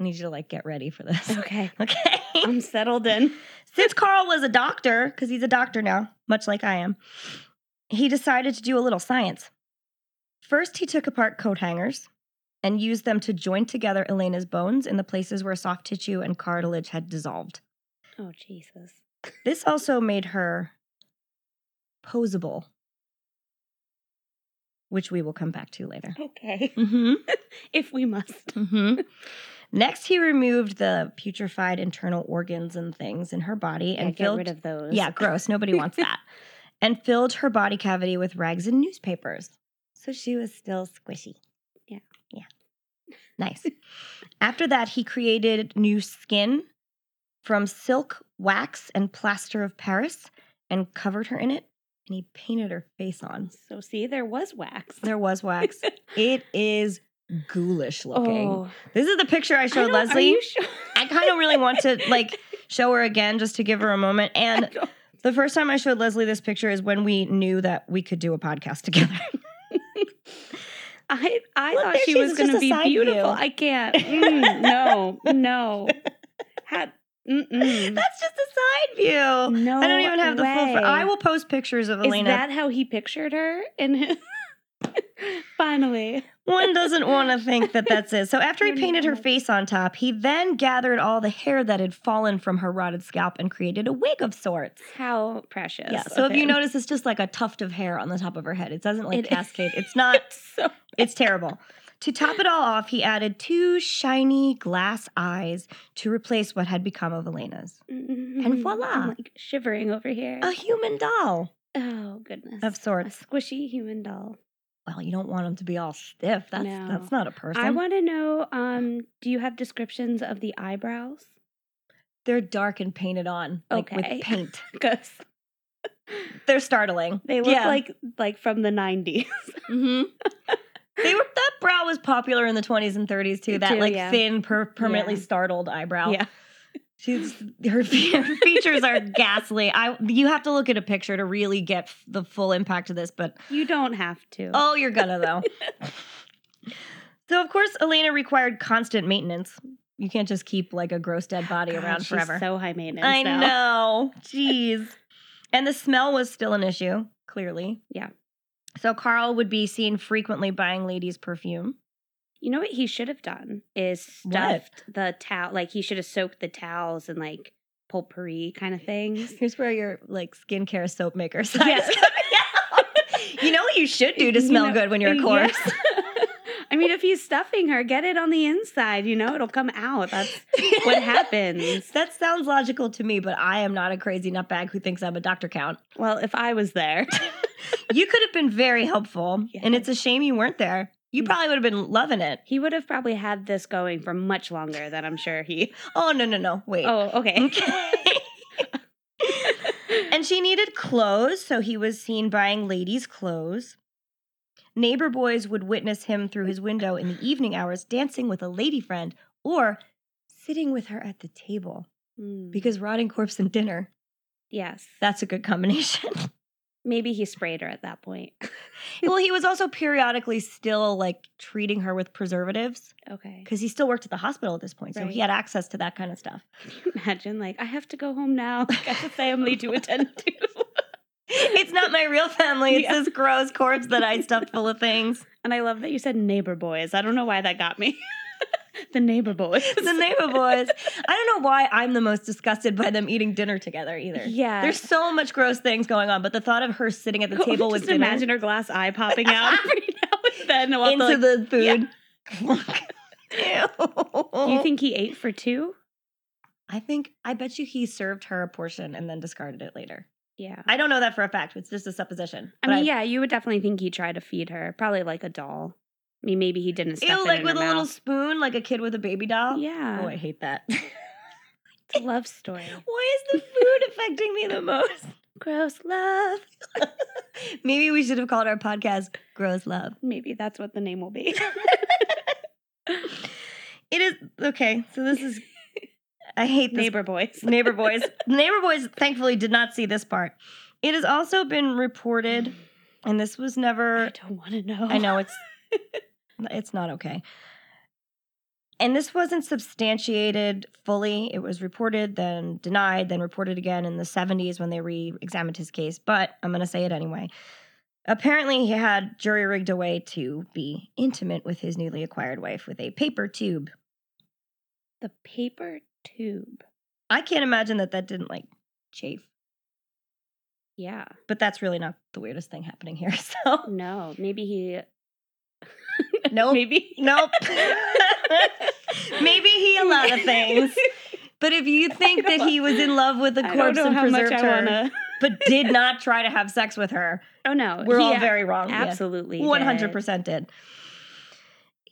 Speaker 1: I need you to like get ready for this.
Speaker 2: Okay.
Speaker 1: Okay.
Speaker 2: I'm settled in.
Speaker 1: Since Carl was a doctor, because he's a doctor now, much like I am, he decided to do a little science. First, he took apart coat hangers and used them to join together Elena's bones in the places where soft tissue and cartilage had dissolved.
Speaker 2: Oh, Jesus.
Speaker 1: This also made her posable, which we will come back to later.
Speaker 2: Okay.
Speaker 1: Mm-hmm.
Speaker 2: If we must.
Speaker 1: Mm-hmm. Next, he removed the putrefied internal organs and things in her body and
Speaker 2: yeah, get
Speaker 1: filled
Speaker 2: rid of those.
Speaker 1: Yeah, gross. Nobody wants that. And filled her body cavity with rags and newspapers. So she was still squishy.
Speaker 2: Yeah.
Speaker 1: Yeah. Nice. After that, he created new skin from silk, wax, and plaster of Paris and covered her in it. And he painted her face on.
Speaker 2: So, see, there was wax.
Speaker 1: There was wax. it is ghoulish looking.
Speaker 2: Oh.
Speaker 1: This is the picture I
Speaker 2: I
Speaker 1: showed
Speaker 2: don't- are
Speaker 1: Leslie.
Speaker 2: you sure?
Speaker 1: I kind of really want to like show her again just to give her a moment.
Speaker 2: I
Speaker 1: And
Speaker 2: don't-
Speaker 1: the first time I showed Leslie this picture is when we knew that we could do a podcast together.
Speaker 2: I, I
Speaker 1: Look,
Speaker 2: thought
Speaker 1: there
Speaker 2: she
Speaker 1: she is.
Speaker 2: was
Speaker 1: It's
Speaker 2: going to
Speaker 1: just a
Speaker 2: be
Speaker 1: side
Speaker 2: beautiful.
Speaker 1: view.
Speaker 2: I can't. Mm, no, no. Had, mm-mm.
Speaker 1: That's just a side view.
Speaker 2: No,
Speaker 1: I don't even have the full. fr-
Speaker 2: way.
Speaker 1: I will post pictures of
Speaker 2: Is
Speaker 1: Elena.
Speaker 2: that how he pictured her? In his finally,
Speaker 1: One doesn't want to think that that's it. So after he
Speaker 2: No, no,
Speaker 1: painted
Speaker 2: oh
Speaker 1: her
Speaker 2: my-
Speaker 1: face on top, he then gathered all the hair that had fallen from her rotted scalp and created a wig of sorts.
Speaker 2: how precious!
Speaker 1: yeah. So
Speaker 2: of
Speaker 1: if you
Speaker 2: him.
Speaker 1: notice, it's just like a tuft of hair on the top of her head. It doesn't like
Speaker 2: It-
Speaker 1: cascade. It's not.
Speaker 2: so
Speaker 1: It's terrible. To top it all off, he added two shiny glass eyes to replace what had become of Elena's.
Speaker 2: and
Speaker 1: voila.
Speaker 2: I'm like shivering over here.
Speaker 1: A human doll
Speaker 2: oh goodness,
Speaker 1: of
Speaker 2: a
Speaker 1: sorts.
Speaker 2: squishy human doll.
Speaker 1: Well, you don't want them to be all stiff. That's
Speaker 2: No.
Speaker 1: that's not a person.
Speaker 2: I want to know um, do you have descriptions of the eyebrows?
Speaker 1: They're dark and painted on, like
Speaker 2: Okay.
Speaker 1: with paint.
Speaker 2: Because
Speaker 1: They're startling.
Speaker 2: they look
Speaker 1: Yeah.
Speaker 2: like mm-hmm. like from the 90s.
Speaker 1: Mhm. they were that brow was popular in the 20s and 30s too.
Speaker 2: It
Speaker 1: That
Speaker 2: too,
Speaker 1: like
Speaker 2: yeah.
Speaker 1: thin, per- permanently
Speaker 2: Yeah.
Speaker 1: startled eyebrow.
Speaker 2: Yeah.
Speaker 1: She's her fe- her features are ghastly. I you have to look at a picture to really get f- the full impact of this, but
Speaker 2: You don't have to.
Speaker 1: oh, you're gonna though. so of course, Elena required constant maintenance. You can't just keep like a gross dead body
Speaker 2: God,
Speaker 1: around
Speaker 2: she's
Speaker 1: forever.
Speaker 2: So high maintenance.
Speaker 1: I
Speaker 2: now.
Speaker 1: know. Jeez. And the smell was still an issue, clearly.
Speaker 2: Yeah.
Speaker 1: So Carl would be seen frequently buying ladies' perfume.
Speaker 2: You know what he should have done is
Speaker 1: What?
Speaker 2: stuffed the towel. Like he should have soaked the towels in like potpourri kind of things.
Speaker 1: Here's where your like skincare soap maker side
Speaker 2: Yes.
Speaker 1: is coming out. you know what you should do to
Speaker 2: You
Speaker 1: smell
Speaker 2: know,
Speaker 1: good when you're a
Speaker 2: yeah.
Speaker 1: corpse.
Speaker 2: I mean, if he's stuffing her, get it on the inside. You know, it'll come out. That's what happens.
Speaker 1: That sounds logical to me, but I am not a crazy nutbag who thinks I'm a doctor count.
Speaker 2: Well, if I was there,
Speaker 1: You could have been very helpful, and it's a shame you weren't there. You
Speaker 2: Mm.
Speaker 1: probably would have been loving it.
Speaker 2: he would have probably had this going for much longer than I'm sure he.
Speaker 1: Oh no, no, no! Wait.
Speaker 2: Oh, okay.
Speaker 1: Okay. and she needed clothes, so he was seen buying ladies' clothes. Neighbor boys would witness him through his window in the evening hours dancing with a lady friend or sitting with her at the table
Speaker 2: Hmm.
Speaker 1: because rotting corpse and dinner,
Speaker 2: yes,
Speaker 1: that's a good combination.
Speaker 2: maybe he sprayed her at that point.
Speaker 1: well, he was also periodically still like treating her with preservatives
Speaker 2: Okay.
Speaker 1: because he still worked at the hospital at this point, so
Speaker 2: Right.
Speaker 1: he had access to that kind of stuff.
Speaker 2: Imagine, like, I have to go home now. Like, I have a family to attend to.
Speaker 1: it's not my real family, it's
Speaker 2: Yeah.
Speaker 1: this gross corpse that I stuffed full of things.
Speaker 2: And I love that you said neighbor boys. I don't know why that got me. the neighbor boys.
Speaker 1: the neighbor boys. I don't know why I'm the most disgusted by them eating dinner together either.
Speaker 2: Yeah.
Speaker 1: There's so much gross things going on, but the thought of her sitting at the table with
Speaker 2: Just
Speaker 1: dinner
Speaker 2: imagine her glass eye popping out every now and then. While
Speaker 1: into
Speaker 2: like,
Speaker 1: the food. Ew.
Speaker 2: do you think he ate for two?
Speaker 1: I think I bet you he served her a portion and then discarded it later.
Speaker 2: Yeah.
Speaker 1: I don't know that for a fact. It's just a supposition.
Speaker 2: I
Speaker 1: but
Speaker 2: mean, yeah, you would definitely think he tried to feed her, probably like a doll. I mean, maybe he didn't stuff
Speaker 1: Ew,
Speaker 2: it
Speaker 1: like
Speaker 2: in
Speaker 1: with a
Speaker 2: her
Speaker 1: little
Speaker 2: mouth.
Speaker 1: spoon, like a kid with a baby doll.
Speaker 2: Yeah,
Speaker 1: Oh, I hate that.
Speaker 2: it's a love story.
Speaker 1: Why is the food affecting me the most?
Speaker 2: Gross love.
Speaker 1: Maybe we should have called our podcast Gross Love.
Speaker 2: Maybe that's what the name will be.
Speaker 1: It is okay. So this is. I hate this.
Speaker 2: neighbor boys.
Speaker 1: neighbor boys. neighbor boys. Thankfully, did not see this part. It has also been reported, and this was
Speaker 2: I
Speaker 1: never.
Speaker 2: don't want to know.
Speaker 1: I know it's. It's not okay. And this wasn't substantiated fully. It was reported, then denied, then reported again in the 70s when they re examined his case, but I'm going to say it anyway. Apparently, he had jury rigged a way to be intimate with his newly acquired wife with a paper tube.
Speaker 2: The paper tube.
Speaker 1: I can't imagine that that didn't like chafe,
Speaker 2: Yeah.
Speaker 1: but that's really not the weirdest thing happening here. So,
Speaker 2: No, maybe he. Oh.
Speaker 1: nope,
Speaker 2: Maybe.
Speaker 1: nope. Maybe he a lot of things, but if you think
Speaker 2: I
Speaker 1: that he was in love with the
Speaker 2: I don't
Speaker 1: corpse
Speaker 2: know
Speaker 1: and
Speaker 2: how much
Speaker 1: preserved
Speaker 2: I
Speaker 1: her,
Speaker 2: wanna.
Speaker 1: but did not try to have sex with her,
Speaker 2: Oh no,
Speaker 1: we're
Speaker 2: he
Speaker 1: all
Speaker 2: a-
Speaker 1: very wrong.
Speaker 2: absolutely
Speaker 1: one hundred percent did.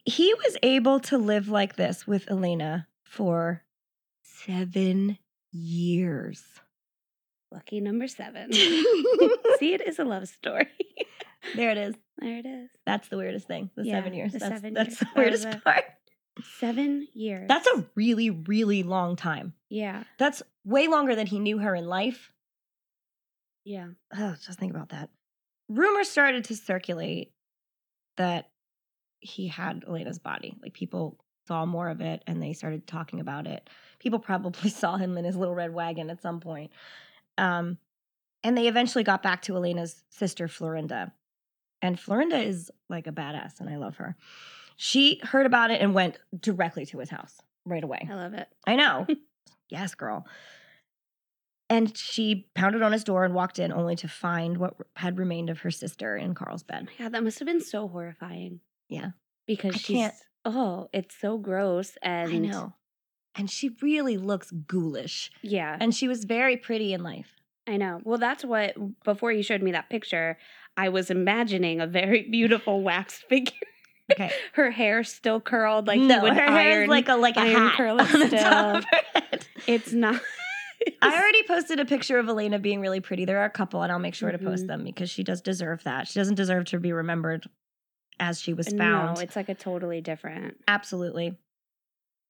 Speaker 1: He was able to live like this with Elena for seven years.
Speaker 2: did. Lucky number seven.
Speaker 1: there
Speaker 2: See, it is a love story.
Speaker 1: it is.
Speaker 2: There it is.
Speaker 1: That's the weirdest thing. The
Speaker 2: Yeah,
Speaker 1: seven years.
Speaker 2: the
Speaker 1: that's
Speaker 2: seven
Speaker 1: that's
Speaker 2: years
Speaker 1: the
Speaker 2: out of
Speaker 1: weirdest
Speaker 2: the-
Speaker 1: part.
Speaker 2: Seven years.
Speaker 1: That's a really, really long time.
Speaker 2: yeah,
Speaker 1: That's way longer than he knew her in life.
Speaker 2: yeah.
Speaker 1: Oh, just think about that. Rumors started to circulate that he had Elena's body. Like people saw more of it and they started talking about it. People probably saw him in his little red wagon at some point. Um, and they eventually got back to Elena's sister, Florinda. And Florinda is like a badass and I love her. She heard about it and went directly to his house right away.
Speaker 2: I love it.
Speaker 1: I know. yes, girl. And she pounded on his door and walked in, only to find what had remained of her sister in Carl's bed.
Speaker 2: My God, that must have been so horrifying.
Speaker 1: Yeah.
Speaker 2: because
Speaker 1: I
Speaker 2: she's.
Speaker 1: can't-
Speaker 2: Oh, it's so gross, and
Speaker 1: I know. And she really looks ghoulish.
Speaker 2: Yeah,
Speaker 1: And she was very pretty in life.
Speaker 2: I know. Well, that's what before you showed me that picture, I was imagining a very beautiful waxed figure.
Speaker 1: Okay.
Speaker 2: Her hair still curled like
Speaker 1: no,
Speaker 2: he would
Speaker 1: her
Speaker 2: iron.
Speaker 1: hair is like a like a
Speaker 2: iron
Speaker 1: hat
Speaker 2: curl
Speaker 1: on the
Speaker 2: still.
Speaker 1: top of her head.
Speaker 2: it's not.
Speaker 1: I already posted a picture of Elena being really pretty. There are a couple, and I'll make sure to post
Speaker 2: Mhm.
Speaker 1: them because she does deserve that. She doesn't deserve to be remembered as she was
Speaker 2: No,
Speaker 1: found.
Speaker 2: it's like a totally different.
Speaker 1: Absolutely.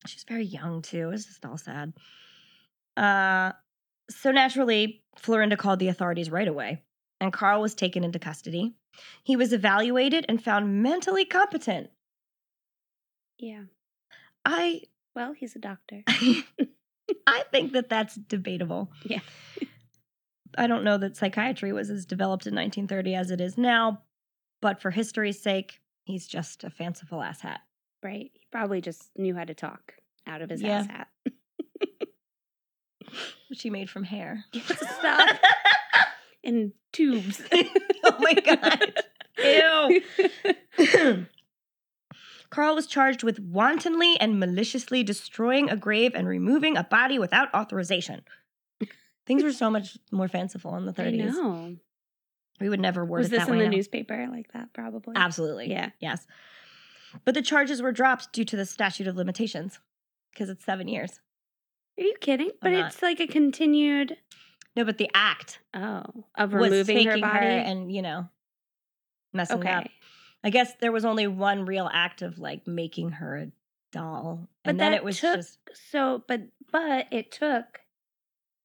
Speaker 1: She was very young too. It's just all sad. Uh, so naturally, Florinda called the authorities right away, and Carl was taken into custody. He was evaluated and found mentally competent.
Speaker 2: Yeah.
Speaker 1: I
Speaker 2: Well, he's a doctor.
Speaker 1: I think that that's debatable.
Speaker 2: Yeah.
Speaker 1: I don't know that psychiatry was as developed in 1930 as it is now, but for history's sake, he's just a fanciful asshat.
Speaker 2: Right. He probably just knew how to talk out of his
Speaker 1: Yeah.
Speaker 2: ass hat.
Speaker 1: which he made from hair.
Speaker 2: Stop. In tubes.
Speaker 1: oh my God. god. Carl was charged with wantonly and maliciously destroying a grave and removing a body without authorization. Things were so much more fanciful in the
Speaker 2: I
Speaker 1: 30s.
Speaker 2: know.
Speaker 1: We would never word
Speaker 2: Was
Speaker 1: it
Speaker 2: this
Speaker 1: that
Speaker 2: in
Speaker 1: way
Speaker 2: the
Speaker 1: now.
Speaker 2: newspaper like that? Probably.
Speaker 1: Absolutely.
Speaker 2: Yeah.
Speaker 1: Yes. But the charges were dropped due to the statute of limitations because it's seven years.
Speaker 2: Are you kidding?
Speaker 1: I'm
Speaker 2: But
Speaker 1: not.
Speaker 2: it's like a continued
Speaker 1: No, but the act
Speaker 2: oh of
Speaker 1: was
Speaker 2: removing
Speaker 1: taking
Speaker 2: her body.
Speaker 1: and, you know, messing
Speaker 2: okay.
Speaker 1: up. I guess there was only one real act of like making her a doll.
Speaker 2: But
Speaker 1: and then
Speaker 2: that
Speaker 1: it was
Speaker 2: took-
Speaker 1: just
Speaker 2: So, but but it took.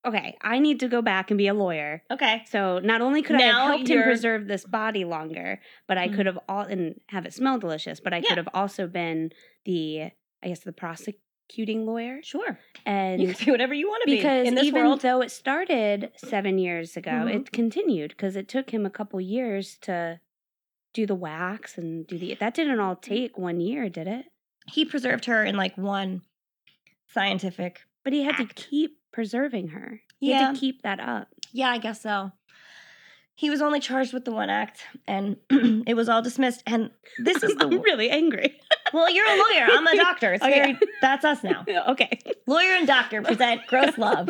Speaker 2: Okay, I need to go back and be a lawyer.
Speaker 1: okay.
Speaker 2: So not only could I
Speaker 1: Now
Speaker 2: have helped him
Speaker 1: you're-
Speaker 2: preserve this body longer, but I
Speaker 1: Mhm.
Speaker 2: could have all and have it smell delicious. But I
Speaker 1: Yeah.
Speaker 2: could have also been the, I guess, the prosecuting lawyer.
Speaker 1: Sure.
Speaker 2: And
Speaker 1: you can be whatever you want to be
Speaker 2: because
Speaker 1: in this
Speaker 2: even
Speaker 1: world.
Speaker 2: though it started seven years ago,
Speaker 1: Mhm.
Speaker 2: it continued because it took him a couple years to do the wax and do the. That didn't all
Speaker 1: Mm-hmm.
Speaker 2: take one year, did it?
Speaker 1: he preserved her in like one scientific.
Speaker 2: But he had
Speaker 1: Act.
Speaker 2: to keep preserving her. He had
Speaker 1: Yeah.
Speaker 2: to keep that up.
Speaker 1: Yeah, I guess so. He was only charged with the one act and it was all dismissed. And this is
Speaker 2: I'm
Speaker 1: the
Speaker 2: really angry.
Speaker 1: Well, you're a lawyer. I'm a doctor. It's
Speaker 2: Oh, yeah.
Speaker 1: very that's us now.
Speaker 2: okay.
Speaker 1: Lawyer and doctor present gross love.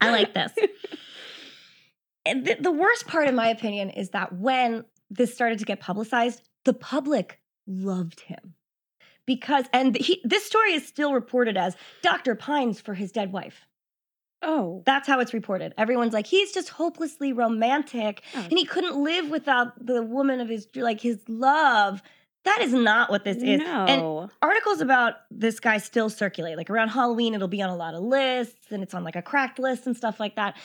Speaker 1: I like this. And th- the worst part, in my opinion, is that when this started to get publicized, the public loved him because, and he, this story is still reported as Dr. Pines for his dead wife.
Speaker 2: Oh.
Speaker 1: That's how it's reported. Everyone's like, he's just hopelessly romantic
Speaker 2: Oh.
Speaker 1: and he couldn't live without the woman of his, like his love. That is not what this is.
Speaker 2: No.
Speaker 1: And articles about this guy still circulate. Like around Halloween, it'll be on a lot of lists and it's on like a cracked list and stuff like that.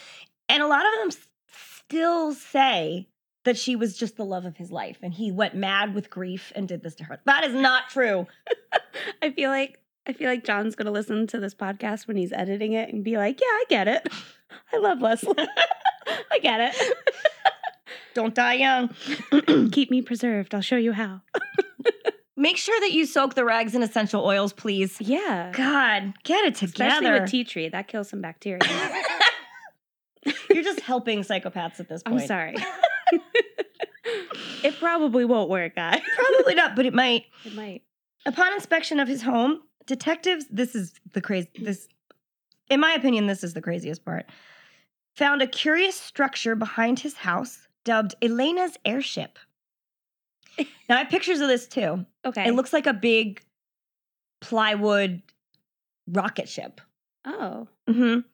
Speaker 1: And a lot of them s- still say that she was just the love of his life and he went mad with grief and did this to her. That is not true.
Speaker 2: I feel like I feel like John's gonna listen to this podcast when he's editing it and be like, "Yeah, I get it. I love Leslie. I get
Speaker 1: Don't die young.
Speaker 2: it. Keep me preserved. I'll show you how."
Speaker 1: Make sure that you soak the rags in essential oils, please.
Speaker 2: Yeah,
Speaker 1: God, get it
Speaker 2: especially
Speaker 1: together.
Speaker 2: with tea tree that kills some bacteria.
Speaker 1: You're just helping psychopaths at this
Speaker 2: I'm
Speaker 1: point.
Speaker 2: sorry. it probably won't work, guys.
Speaker 1: Probably not, but it might.
Speaker 2: It might.
Speaker 1: Upon inspection of his home, detectives, this is the crazy this in my opinion this is the craziest part. Found a curious structure behind his house dubbed Elena's airship. now I have pictures of this too.
Speaker 2: Okay.
Speaker 1: It looks like a big plywood rocket ship.
Speaker 2: Oh.
Speaker 1: Mhm.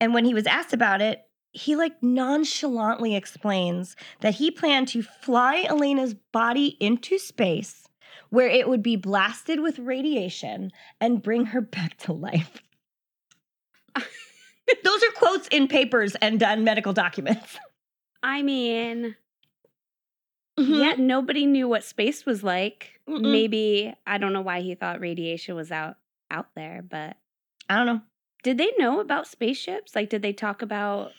Speaker 1: And when he was asked about it, he like nonchalantly explains that he planned to fly Elena's body into space where it would be blasted with radiation and bring her back to life. Those are quotes in papers and on medical documents.
Speaker 2: I mean,
Speaker 1: Yeah.
Speaker 2: yet nobody knew what space was like.
Speaker 1: Mm-hmm. Mm-mm.
Speaker 2: Maybe I don't know why he thought radiation was out out there, but
Speaker 1: I don't know.
Speaker 2: Did they know about spaceships? Like, did they talk about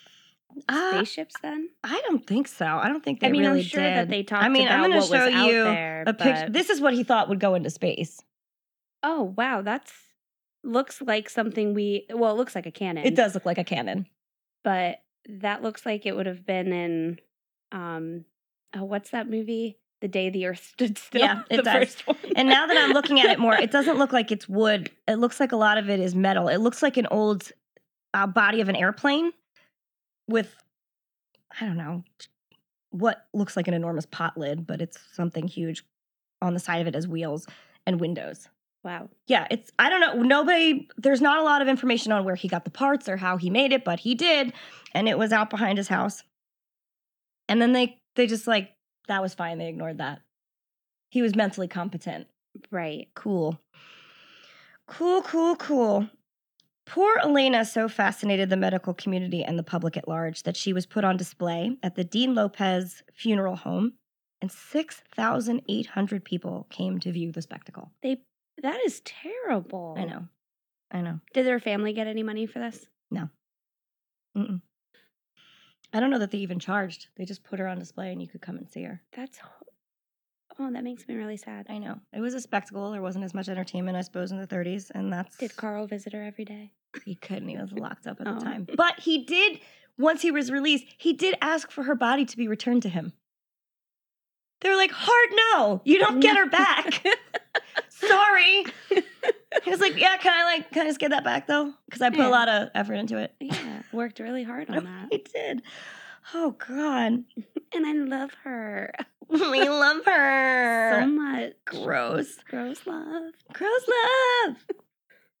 Speaker 1: Uh,
Speaker 2: spaceships then?
Speaker 1: I don't think so. I don't think they
Speaker 2: I mean,
Speaker 1: really
Speaker 2: I'm sure
Speaker 1: did.
Speaker 2: that they talked
Speaker 1: mean, I'm
Speaker 2: about
Speaker 1: gonna
Speaker 2: what was
Speaker 1: show
Speaker 2: out
Speaker 1: you
Speaker 2: there.
Speaker 1: a picture.
Speaker 2: but-
Speaker 1: This is what he thought would go into space.
Speaker 2: oh, wow. That's looks like something we, well, it looks like a cannon.
Speaker 1: It does look like a cannon.
Speaker 2: But that looks like it would have been in, um, oh, what's that movie? The Day the Earth Stood Still.
Speaker 1: Yeah, it
Speaker 2: the
Speaker 1: does.
Speaker 2: first one.
Speaker 1: And now that I'm looking at it more, it doesn't look like it's wood. It looks like a lot of it is metal. It looks like an old uh, body of an airplane with, I don't know, what looks like an enormous pot lid, but it's something huge. On the side of it is wheels and windows.
Speaker 2: Wow.
Speaker 1: Yeah, it's, I don't know. Nobody, there's not a lot of information on where he got the parts or how he made it, but he did. And it was out behind his house. And then they, they just like, that was fine. They ignored that. He was mentally competent.
Speaker 2: Right.
Speaker 1: Cool. Cool, cool, cool. Poor Elena so fascinated the medical community and the public at large that she was put on display at the Dean Lopez funeral home, and 6,800 people came to view the spectacle.
Speaker 2: That is terrible.
Speaker 1: I know. I know.
Speaker 2: Did their family get any money for this?
Speaker 1: Mm-mm. I don't know that they even charged. They just put her on display and you could come and see her.
Speaker 2: That's ho- oh, that makes me really sad.
Speaker 1: I know. It was a spectacle. There wasn't as much entertainment, I suppose, in the 30s, and that's.
Speaker 2: Did Carl visit her every day?
Speaker 1: He couldn't. He was locked up at
Speaker 2: Oh.
Speaker 1: the time. But he did, once he was released, he did ask for her body to be returned to him. They were like, hard no, you don't get her back. Sorry. He was like, yeah, can I like kind of get that back though? Because I put
Speaker 2: Yeah.
Speaker 1: a lot of effort into it.
Speaker 2: Yeah, worked really hard on that.
Speaker 1: He did. Oh God,
Speaker 2: And I love her
Speaker 1: we love her.
Speaker 2: so much.
Speaker 1: gross,
Speaker 2: Gross love.
Speaker 1: gross love.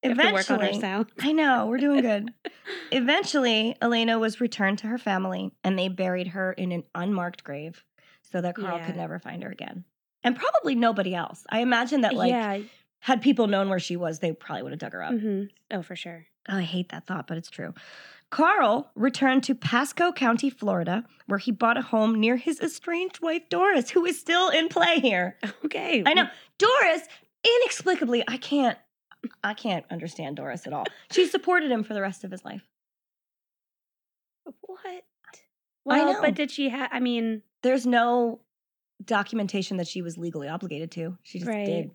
Speaker 2: We have to work on our
Speaker 1: Eventually-
Speaker 2: sound.
Speaker 1: I know, we're doing good. Eventually, Elena was returned to her family and they buried her in an unmarked grave so that Carl could
Speaker 2: Yeah.
Speaker 1: never find her again. And probably nobody else. I imagine that, like,
Speaker 2: yeah.
Speaker 1: had people known where she was, they probably would have dug her up.
Speaker 2: mhm. Oh, for sure.
Speaker 1: Oh, I hate that thought, but it's true. Carl returned to Pasco County, Florida, where he bought a home near his estranged wife, Doris, who is still in play here.
Speaker 2: Okay.
Speaker 1: I know. Doris, inexplicably, I can't. I can't understand Doris at all. She supported him for the rest of his life.
Speaker 2: What? Well,
Speaker 1: know.
Speaker 2: but did she have? I mean,
Speaker 1: there's no documentation that she was legally obligated to. She just
Speaker 2: Right.
Speaker 1: did.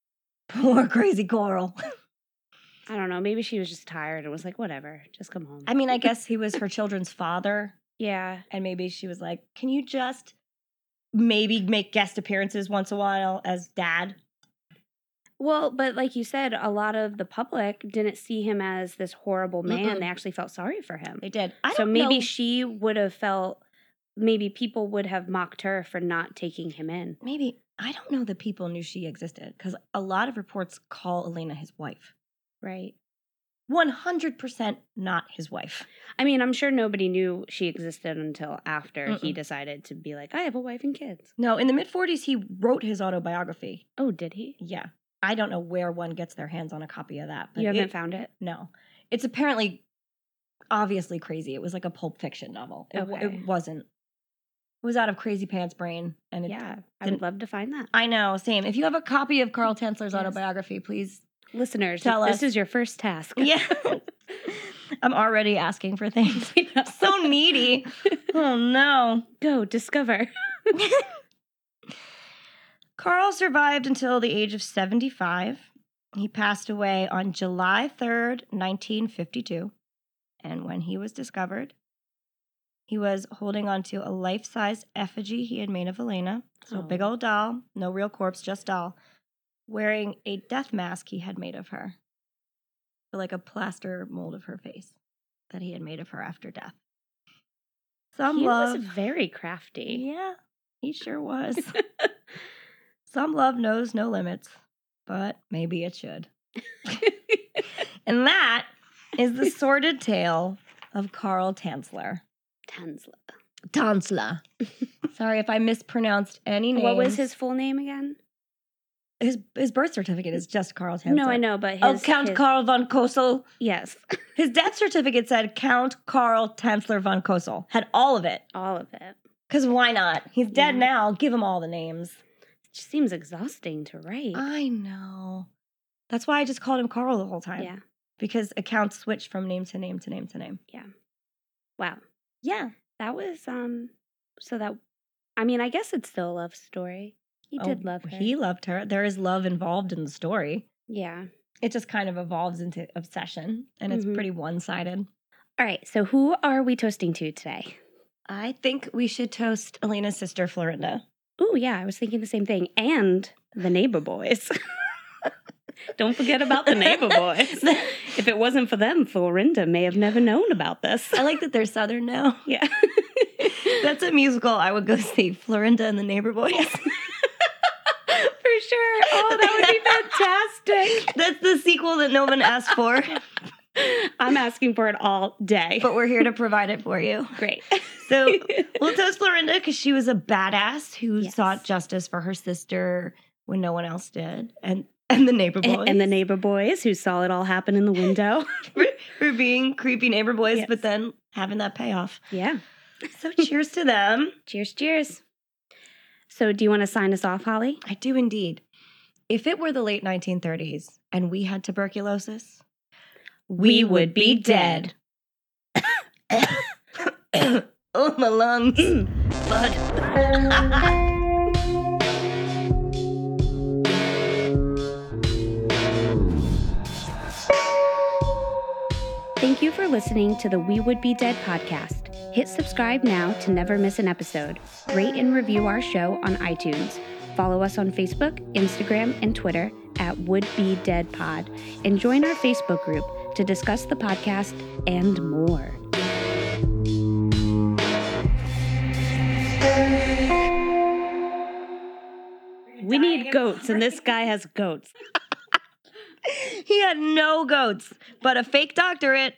Speaker 1: Poor crazy Coral.
Speaker 2: I don't know. Maybe she was just tired and was like, whatever, just come home.
Speaker 1: I mean, I guess he was her children's father,
Speaker 2: yeah.
Speaker 1: and maybe she was like, "Can you just maybe make guest appearances once a while as dad?"
Speaker 2: Well, but like you said, a lot of the public didn't see him as this horrible man.
Speaker 1: Mm-mm.
Speaker 2: They actually felt sorry for him.
Speaker 1: They did. I
Speaker 2: so
Speaker 1: don't
Speaker 2: maybe
Speaker 1: know.
Speaker 2: she would have felt, maybe people would have mocked her for not taking him in.
Speaker 1: maybe I don't know that people knew she existed because a lot of reports call Elena his wife.
Speaker 2: Right.
Speaker 1: One hundred percent not his wife.
Speaker 2: I mean, I'm sure nobody knew she existed until after he
Speaker 1: Mm-mm.
Speaker 2: decided to be like, I have a wife and kids.
Speaker 1: No, in the mid forties, he wrote his autobiography.
Speaker 2: Oh, did he?
Speaker 1: Yeah, I don't know where one gets their hands on a copy of that.
Speaker 2: you haven't
Speaker 1: it-
Speaker 2: found it?
Speaker 1: No. It's apparently obviously crazy. It was like a pulp fiction novel. It, w-
Speaker 2: Okay.
Speaker 1: it wasn't. It was out of Crazy Pants brain and it,
Speaker 2: yeah. I would
Speaker 1: didn't-
Speaker 2: love to find that.
Speaker 1: I know, same. If you have a copy of Carl Tanzler's
Speaker 2: Yes.
Speaker 1: autobiography, please.
Speaker 2: Listeners,
Speaker 1: Tell
Speaker 2: this
Speaker 1: us.
Speaker 2: is your first task.
Speaker 1: Yeah. I'm already asking for things. So needy. Oh no.
Speaker 2: Go discover.
Speaker 1: Carl survived until the age of 75. He passed away on July 3rd, 1952. And when he was discovered, he was holding onto a life size effigy he had made of Elena. So, a big
Speaker 2: Oh.
Speaker 1: old doll, no real corpse, just doll, wearing a death mask he had made of her. So, like a plaster mold of her face that he had made of her after death. Some
Speaker 2: he
Speaker 1: love.
Speaker 2: was very crafty.
Speaker 1: Yeah, he sure was. Some love knows no limits, but maybe it should. And that is the sordid tale of Carl Tanzler.
Speaker 2: Tons.
Speaker 1: Tanzler. Sorry if I mispronounced any name.
Speaker 2: What was his full name again?
Speaker 1: his his birth certificate is just Carl Tanzler.
Speaker 2: No, I know, but his
Speaker 1: Oh, Count
Speaker 2: his-
Speaker 1: Carl von Kosel.
Speaker 2: Yes,
Speaker 1: His death certificate said Count Carl Tanzler von Kosel. Had all of it.
Speaker 2: all of it.
Speaker 1: Because why not? He's dead
Speaker 2: Yeah.
Speaker 1: now. Give him all the names.
Speaker 2: Just seems exhausting to write.
Speaker 1: I know. That's why I just called him Carl the whole time.
Speaker 2: yeah.
Speaker 1: Because accounts switch from name to name to name to name.
Speaker 2: Wow.
Speaker 1: Yeah.
Speaker 2: That was um. So that, I mean, I guess it's still a love story. He did love her.
Speaker 1: Oh, He loved her. There is love involved in the story.
Speaker 2: yeah.
Speaker 1: It just kind of evolves into obsession and it's
Speaker 2: Mhm.
Speaker 1: pretty one sided.
Speaker 2: All right. So who are we toasting to today?
Speaker 1: I think we should toast Elena's sister, Florinda.
Speaker 2: Oh yeah, I was thinking the same thing. And the neighbor boys. Don't forget about the neighbor boys. if it wasn't for them, Florinda may have never known about this.
Speaker 1: I like that they're Southern now.
Speaker 2: Yeah.
Speaker 1: That's a musical I would go see. Florinda and the Neighbor Boys.
Speaker 2: For sure. Oh, that would be fantastic.
Speaker 1: That's the sequel that no one asked for,
Speaker 2: I'm asking for it all day.
Speaker 1: but we're here to provide it for you.
Speaker 2: Great.
Speaker 1: So we'll toast Florinda because she was a badass who
Speaker 2: Yes.
Speaker 1: sought justice for her sister when no one else did, and and the neighbor boys
Speaker 2: and the neighbor boys who saw it all happen in the window.
Speaker 1: for being creepy neighbor boys,
Speaker 2: Yes.
Speaker 1: but then having that payoff.
Speaker 2: yeah.
Speaker 1: So cheers to them.
Speaker 2: Cheers, cheers. So, do you want to sign us off, Holly?
Speaker 1: I do indeed. If it were the late 1930s and we had tuberculosis,
Speaker 2: We would be dead.
Speaker 1: oh, my
Speaker 2: Mm.
Speaker 1: lungs. Bud.
Speaker 2: Thank you for listening to the We Would Be Dead podcast. Hit subscribe now to never miss an episode. Rate and review our show on iTunes. Follow us on Facebook, Instagram, and Twitter at Would Be Dead Pod. And join our Facebook group to discuss the podcast and more. We need goats, and this guy has goats.
Speaker 1: he had no goats, but a fake doctorate.